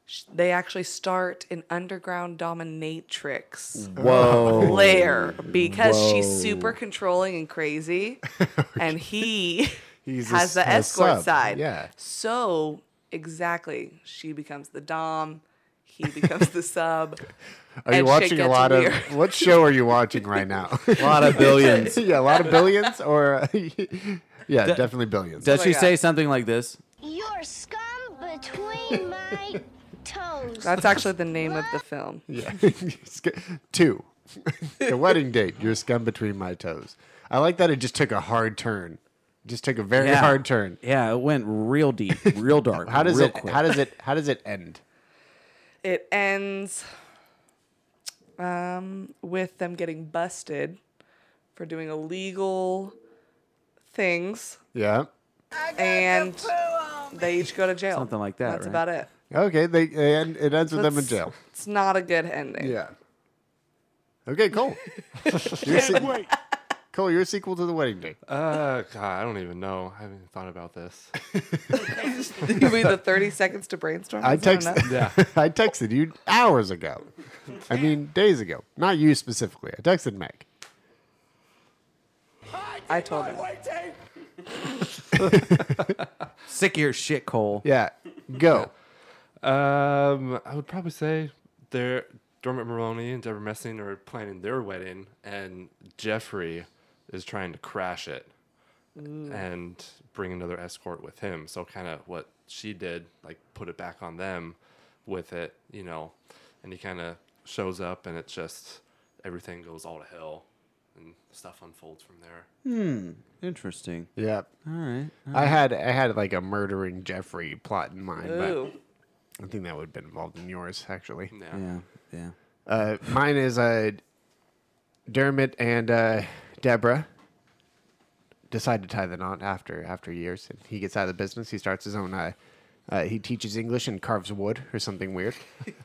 Speaker 3: sh- they actually start an underground dominatrix
Speaker 1: Whoa.
Speaker 3: lair because
Speaker 1: Whoa.
Speaker 3: she's super controlling and crazy, and he
Speaker 2: He's a
Speaker 3: has the
Speaker 2: s- a
Speaker 3: escort
Speaker 2: sub,
Speaker 3: side.
Speaker 2: yeah.
Speaker 3: So exactly, she becomes the dom. He becomes the sub.
Speaker 2: Are you
Speaker 3: and shit
Speaker 2: watching a
Speaker 3: gets
Speaker 2: lot of
Speaker 3: weird.
Speaker 2: what show are you watching right now? a
Speaker 1: lot of billions.
Speaker 2: yeah, a lot of billions or uh, yeah,
Speaker 1: Do-
Speaker 2: definitely billions.
Speaker 1: Does she say something like this?
Speaker 18: You're scum between my toes.
Speaker 3: That's actually the name of the film.
Speaker 2: Yeah. Sc- Two. the wedding date. You're scum between my toes. I like that it just took a hard turn. Just took a very
Speaker 1: Yeah.
Speaker 2: hard turn.
Speaker 1: Yeah, it went real deep, real dark.
Speaker 2: How does
Speaker 1: real
Speaker 2: it
Speaker 1: quick.
Speaker 2: how does it how does it end?
Speaker 3: It ends um, with them getting busted for doing illegal things,
Speaker 2: Yeah.
Speaker 3: and they each go to jail.
Speaker 1: Something like that,
Speaker 3: That's
Speaker 1: right?
Speaker 3: about it.
Speaker 2: Okay, they, they end, it ends with them in
Speaker 3: That's-
Speaker 2: jail.
Speaker 3: It's not a good ending.
Speaker 2: Yeah. Okay, Cole. Your se- Cole, your sequel to The Wedding Day.
Speaker 4: Uh, God, I don't even know. I haven't even thought about this.
Speaker 3: you mean the 30 seconds to brainstorm?
Speaker 2: I
Speaker 3: Is that
Speaker 2: text,
Speaker 3: enough?
Speaker 2: I texted you hours ago. I mean, days ago. Not you specifically. I texted Meg.
Speaker 3: I told him.
Speaker 1: Sick of your shit, Cole.
Speaker 2: Yeah, go.
Speaker 4: Um, I would probably say they're Dermot Mulroney and Deborah Messing are planning their wedding, and Jeffrey is trying to crash it
Speaker 3: Ooh.
Speaker 4: and bring another escort with him. So kind of what she did, like put it back on them with it, you know. And he kind of shows up, and it's just everything goes all to hell, and stuff unfolds from there.
Speaker 1: Hmm. Interesting.
Speaker 2: Yeah.
Speaker 1: All right. all
Speaker 2: I
Speaker 1: right.
Speaker 2: had I had like a murdering Jeffrey plot in mind,
Speaker 1: Ooh.
Speaker 2: but I think that would have been involved in yours actually.
Speaker 1: Yeah. Yeah.
Speaker 2: Uh, mine is uh, Dermot and uh, Deborah decide to tie the knot after after years, and he gets out of the business. He starts his own. Uh, uh, he teaches English and carves wood or something weird,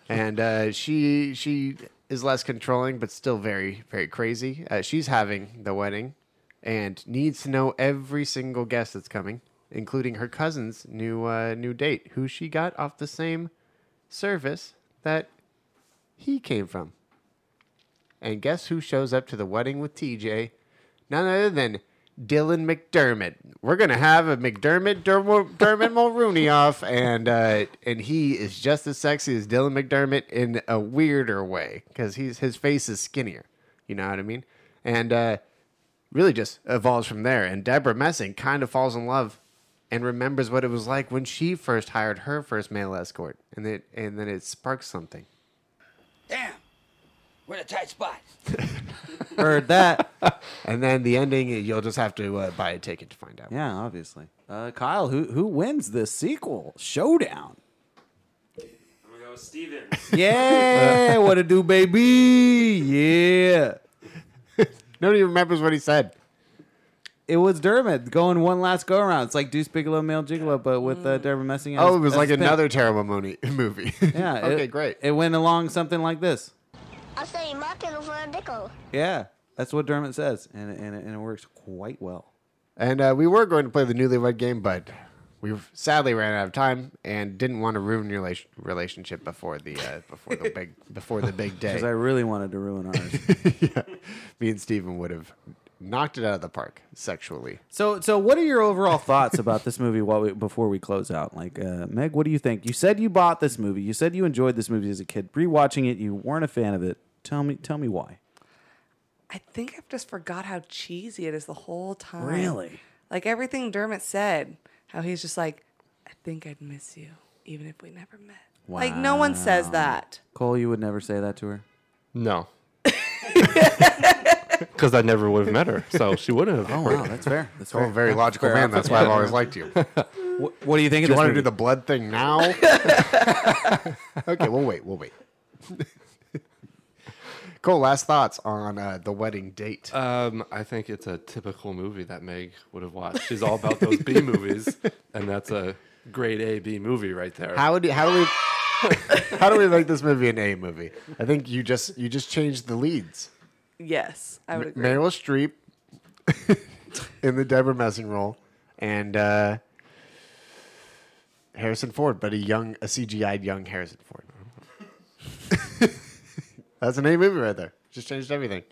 Speaker 2: and uh, she she is less controlling but still very very crazy. Uh, she's having the wedding, and needs to know every single guest that's coming, including her cousin's new uh, new date, who she got off the same service that he came from. And guess who shows up to the wedding with TJ? None other than Dylan McDermott. We're gonna have a McDermott Dermo- Dermot Mulrooney off, and uh, and he is just as sexy as Dylan McDermott in a weirder way because he's his face is skinnier. You know what I mean? And uh, really just evolves from there. And Deborah Messing kind of falls in love and remembers what it was like when she first hired her first male escort, and it and then it sparks something.
Speaker 15: Damn. We're in a tight spot.
Speaker 2: Heard that. and then the ending, you'll just have to uh, buy a ticket to find out.
Speaker 1: Yeah, obviously. Uh, Kyle, who who wins this sequel showdown?
Speaker 5: I'm gonna go with Steven.
Speaker 1: Yeah, what a do, baby. Yeah.
Speaker 2: Nobody remembers what he said.
Speaker 1: It was Dermot going one last go around. It's like Deuce Bigelow, Male Gigolo, but with uh, Dermot messing.
Speaker 2: Oh, it was like another terrible money, movie.
Speaker 1: Yeah.
Speaker 2: okay,
Speaker 1: it-
Speaker 2: great.
Speaker 1: It went along something like this.
Speaker 18: I'll sell you my pickle for a nickel.
Speaker 1: Yeah, that's what Dermot says, and and and it works quite well.
Speaker 2: And uh, we were going to play the newlywed game, but we sadly ran out of time and didn't want to ruin your rela- relationship before the uh, before the big before the big day.
Speaker 1: Because I really wanted to ruin ours.
Speaker 2: Me and Steven would have knocked it out of the park sexually.
Speaker 1: so so, what are your overall thoughts about this movie? While we, before we close out, like uh, Meg, what do you think? You said you bought this movie. You said you enjoyed this movie as a kid. Rewatching it, you weren't a fan of it. Tell me, tell me why.
Speaker 3: I think I've just forgot how cheesy it is the whole time.
Speaker 1: Really?
Speaker 3: Like everything Dermot said, how he's just like, I think I'd miss you, even if we never met. Like no one says
Speaker 1: Wow.
Speaker 3: that.
Speaker 1: Cole, you would never say that to her.
Speaker 4: No. Because I never would have met her, so she wouldn't have.
Speaker 1: Oh wow, that's fair. That's
Speaker 2: You're
Speaker 1: fair.
Speaker 2: a very logical man. That's why I've always liked you.
Speaker 1: What, what do you
Speaker 2: Do
Speaker 1: think?
Speaker 2: you
Speaker 1: of this
Speaker 2: want to
Speaker 1: movie?
Speaker 2: do the blood thing now? okay, we'll wait. We'll wait. Cole, last thoughts on uh, the wedding date.
Speaker 4: Um, I think it's a typical movie that Meg would have watched. She's all about those B movies, and that's a grade A B movie right there.
Speaker 2: How do how do we how do we make this movie an A movie? I think you just you just changed the leads.
Speaker 3: Yes, I would
Speaker 2: M-
Speaker 3: agree.
Speaker 2: Meryl Streep in the Deborah Messing role, and uh, Harrison Ford, but a young a CGI'd young Harrison Ford. That's an A movie right there. Just changed everything.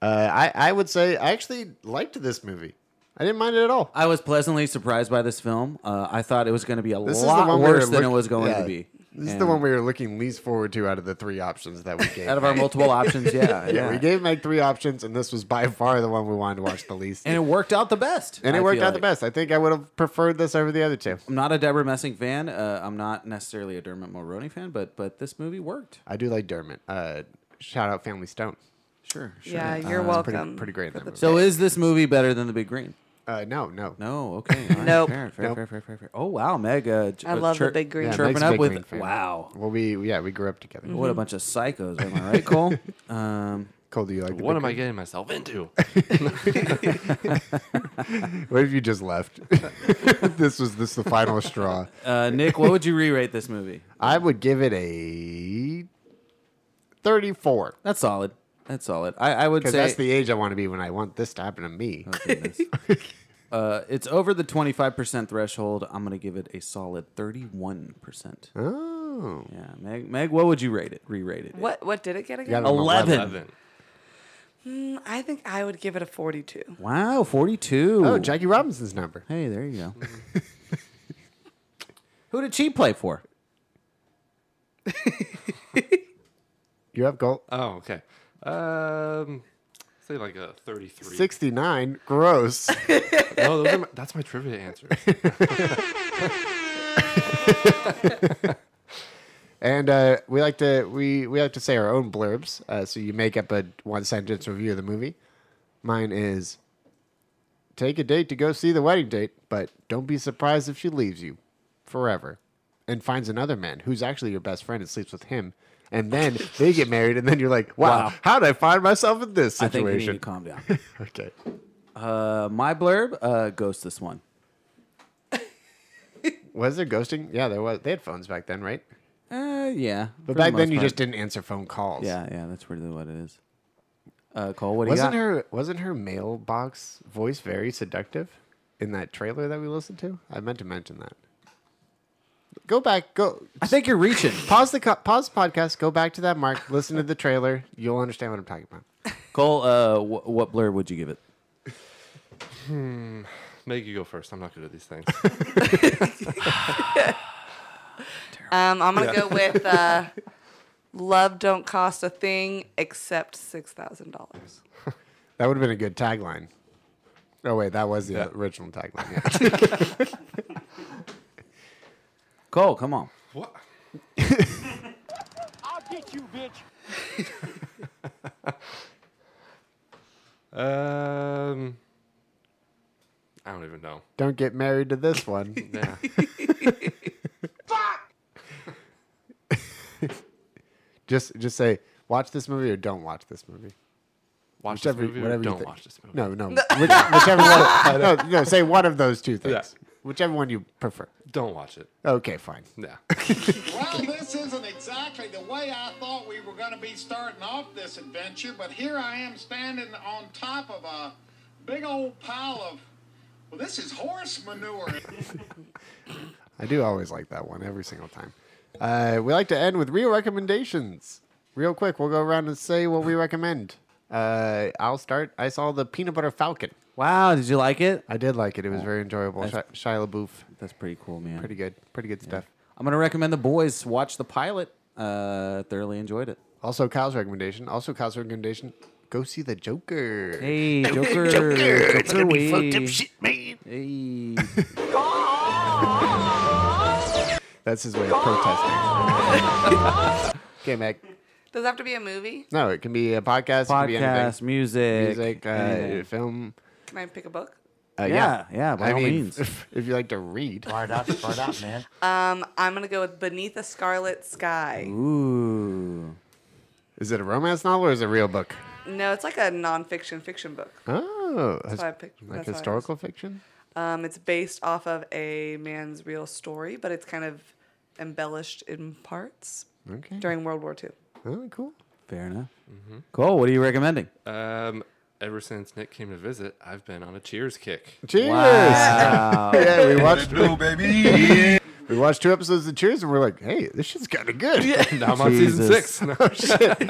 Speaker 2: Uh, I I would say I actually liked this movie. I didn't mind it at all.
Speaker 1: I was pleasantly surprised by this film. Uh, I thought it was going to be a
Speaker 2: This is the
Speaker 1: lot
Speaker 2: one we were
Speaker 1: worse than it
Speaker 2: look-
Speaker 1: was going
Speaker 2: yeah.
Speaker 1: to be.
Speaker 2: This is the
Speaker 1: And-
Speaker 2: one we were looking least forward to out of the three options that we gave.
Speaker 1: Out of our
Speaker 2: Meg.
Speaker 1: multiple options, yeah,
Speaker 2: yeah,
Speaker 1: yeah.
Speaker 2: We gave Meg three options, and this was by far the one we wanted to watch the least.
Speaker 1: and it worked out the best.
Speaker 2: And it
Speaker 1: I
Speaker 2: worked
Speaker 1: feel
Speaker 2: out the
Speaker 1: like.
Speaker 2: best. I think I would have preferred this over the other two.
Speaker 1: I'm not a Deborah Messing fan. Uh, I'm not necessarily a Dermot Mulroney fan, but but this movie worked.
Speaker 2: I do like Dermot. Uh, shout out Family Stone.
Speaker 1: Sure, sure. Uh,
Speaker 2: Uh,
Speaker 3: Yeah, you're
Speaker 2: It's pretty-
Speaker 3: welcome
Speaker 2: Pretty, great. in that movie.
Speaker 1: So is this movie better than The Big Green?
Speaker 2: Uh, no, no,
Speaker 1: no. Okay, all right,
Speaker 3: Nope.
Speaker 1: Fair, fair,
Speaker 2: Nope.
Speaker 1: fair, fair, fair, fair. Oh wow, Meg. Uh, ch-
Speaker 3: I
Speaker 1: uh,
Speaker 3: love The
Speaker 1: chirp-
Speaker 3: Big Green. Yeah,
Speaker 1: chirping
Speaker 2: Meg's a
Speaker 1: up
Speaker 2: Big
Speaker 1: with
Speaker 2: Green fan.
Speaker 1: wow.
Speaker 2: Well, we yeah we grew up together.
Speaker 3: Mm-hmm.
Speaker 1: What a bunch of psychos, am I right, Cole? Um,
Speaker 2: Cole, do you like? The
Speaker 4: What
Speaker 2: Big
Speaker 4: am I
Speaker 2: Green?
Speaker 4: getting myself into?
Speaker 2: what if you just left? this was this the final straw.
Speaker 1: uh, Nick, what would you re-rate this movie?
Speaker 2: I would give it a 34.
Speaker 1: That's solid. That's solid. I, I would
Speaker 2: Because
Speaker 1: say Uh-huh.
Speaker 2: that's the age I want to be when I want this to happen to me.
Speaker 1: uh, it's over the 25% threshold. I'm going to give it a solid 31%.
Speaker 2: Oh.
Speaker 1: Yeah. Meg, Meg what would you rate it? Re-rate it.
Speaker 3: What what did it get again?
Speaker 1: 11.
Speaker 3: Mm, I think I would give it a 42.
Speaker 1: Wow, 42.
Speaker 2: Oh, Jackie Robinson's number.
Speaker 1: Hey, there you go. Who did she play for?
Speaker 2: you have goal.
Speaker 1: Uh,
Speaker 4: Oh, okay. Um, say like a 33.
Speaker 2: 69. Gross.
Speaker 4: no, Oh, those are my, that's my trivia answer.
Speaker 2: and uh, we like to we, we like to say our own blurbs. Uh, so you make up a one sentence review of the movie. Mine is take a date to go see the wedding date, but don't be surprised if she leaves you forever and finds another man who's actually your best friend and sleeps with him. And then they get married, and then you're like, "Wow,
Speaker 1: Wow.
Speaker 2: how did I find myself in this
Speaker 1: I think we need to
Speaker 2: situation?"
Speaker 1: calm down.
Speaker 2: okay.
Speaker 1: Uh, my blurb uh, goes this one.
Speaker 2: Was there ghosting? Yeah, there was. They had phones back then, right?
Speaker 1: Uh, yeah.
Speaker 2: But
Speaker 1: for the
Speaker 2: back then,
Speaker 1: most
Speaker 2: you
Speaker 1: part.
Speaker 2: just didn't answer phone calls.
Speaker 1: Yeah, yeah, that's really what it is. Uh, Cole, what do
Speaker 2: wasn't
Speaker 1: you got?
Speaker 2: her wasn't her mailbox voice very seductive in that trailer that we listened to? I meant to mention that. Go back. Go.
Speaker 1: I think you're reaching.
Speaker 2: Pause the co- pause the podcast. Go back to that mark. Listen to the trailer. You'll understand what I'm talking about.
Speaker 1: Cole, uh, wh- what blurb would you give it?
Speaker 4: Hmm. Meg, you go first. I'm not good at these things.
Speaker 3: Um, I'm going to
Speaker 4: Yeah.
Speaker 3: go with uh, love don't cost a thing except $6,000.
Speaker 2: That would have been a good tagline. Oh wait, that was the original tagline. Yeah.
Speaker 1: Cole, come on.
Speaker 4: What?
Speaker 14: I'll get you, bitch.
Speaker 4: Um, I don't even know.
Speaker 2: Don't get married to this one.
Speaker 4: Yeah.
Speaker 2: just just say watch this movie or don't watch this movie.
Speaker 4: Watch this movie or don't
Speaker 2: think.
Speaker 4: watch this movie.
Speaker 2: No, no, which, whichever one. No, no, say one of those two things.
Speaker 4: Yeah.
Speaker 2: Whichever one you prefer.
Speaker 4: Don't watch it.
Speaker 2: Okay, fine.
Speaker 4: Yeah.
Speaker 6: well, this isn't exactly the way I thought we were going to be starting off this adventure, but here I am standing on top of a big old pile of. Well, this is horse manure.
Speaker 2: I do always like that one every single time. Uh, we like to end with real recommendations. Real quick, we'll go around and say what we recommend. Uh, I'll start. I saw the Peanut Butter Falcon.
Speaker 1: Wow, did you like it?
Speaker 2: I did like it. It was very enjoyable. Sh-
Speaker 1: That's-
Speaker 2: Shia LaBeouf.
Speaker 1: That's pretty cool, man.
Speaker 2: Pretty good. Pretty good stuff.
Speaker 1: I'm going to recommend the boys watch the pilot. Uh, thoroughly enjoyed it.
Speaker 2: Also, Kyle's recommendation. Also, Kyle's recommendation. Go see the Joker.
Speaker 1: Hey, Joker.
Speaker 2: It's
Speaker 1: Joker,
Speaker 2: gonna be fucked up
Speaker 1: wee.
Speaker 2: shit, man.
Speaker 1: Hey.
Speaker 2: That's his way of protesting. okay, Meg.
Speaker 3: Does it have to be a movie?
Speaker 2: No, it can be a podcast. it can be
Speaker 1: Podcast,
Speaker 2: anything.
Speaker 1: music,
Speaker 2: music, uh,
Speaker 1: anything.
Speaker 2: film.
Speaker 3: Can I pick a book?
Speaker 2: Uh,
Speaker 1: Yeah, yeah, by
Speaker 2: I
Speaker 1: all
Speaker 2: mean,
Speaker 1: means.
Speaker 2: If, you like to read. Start up, start up, man.
Speaker 3: Um, I'm going to go with Beneath a Scarlet Sky.
Speaker 1: Ooh.
Speaker 2: Is it a romance novel or is it a real book?
Speaker 3: No, it's like a nonfiction fiction book.
Speaker 2: Oh,
Speaker 3: That's
Speaker 2: his-
Speaker 3: why I picked-
Speaker 2: like
Speaker 3: that's why I
Speaker 2: historical fiction.
Speaker 3: Um, it's based off of a man's real story, but it's kind of embellished in parts
Speaker 2: Okay.
Speaker 3: during World War II.
Speaker 2: Oh, cool.
Speaker 1: Fair enough.
Speaker 2: Mm-hmm.
Speaker 1: Cole, what are you recommending?
Speaker 4: Um, ever since Nick came to visit, I've been on a Cheers kick.
Speaker 2: Cheers!
Speaker 1: Wow.
Speaker 2: yeah, we watched.
Speaker 4: Blue, baby.
Speaker 2: we watched two episodes of Cheers, and we're like, "Hey, this shit's kind of good."
Speaker 4: Yeah. Now I'm on season Jesus. six.
Speaker 2: oh shit!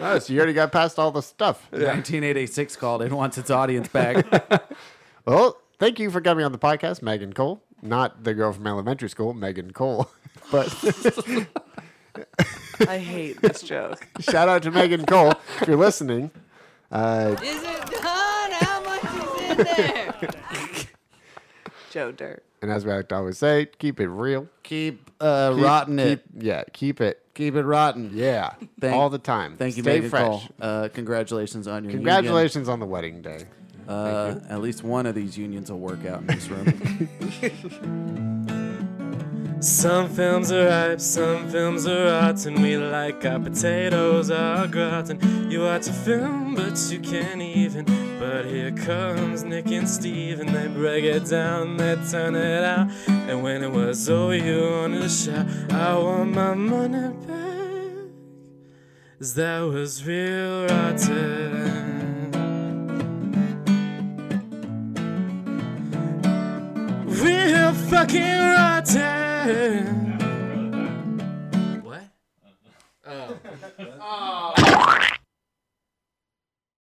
Speaker 2: oh, so you already got past all the stuff.
Speaker 1: 1986 called and wants its audience back.
Speaker 2: Well, thank you for coming on the podcast, Megan Cole. Not the girl from elementary school, Megan Cole. but
Speaker 3: I hate this joke.
Speaker 2: shout out to Megan Cole if you're listening. Uh,
Speaker 14: Is it done? How much is in there?
Speaker 3: Joe Dirt.
Speaker 2: and as we like to always say, keep it real.
Speaker 1: Keep uh,
Speaker 2: Keep-
Speaker 1: rotten it.
Speaker 2: keep- Yeah, keep it.
Speaker 1: Keep it rotten.
Speaker 2: Yeah,
Speaker 1: Thank-
Speaker 2: all the time.
Speaker 1: Thank you,
Speaker 2: Stay
Speaker 1: Megan
Speaker 2: fresh.
Speaker 1: Cole. Uh, congratulations on your union.
Speaker 2: Congratulations on the wedding day.
Speaker 1: Uh, at least one of these unions will work out in this room.
Speaker 22: Some films are ripe, some films are rotten. We like our potatoes our gratin. You watch a film, but you can't even. But here comes Nick and Steve, and they break it down, they turn it out. And when it was over, you wanted to shout, I want my money back.
Speaker 1: is that was real rotten. Real fucking rotten.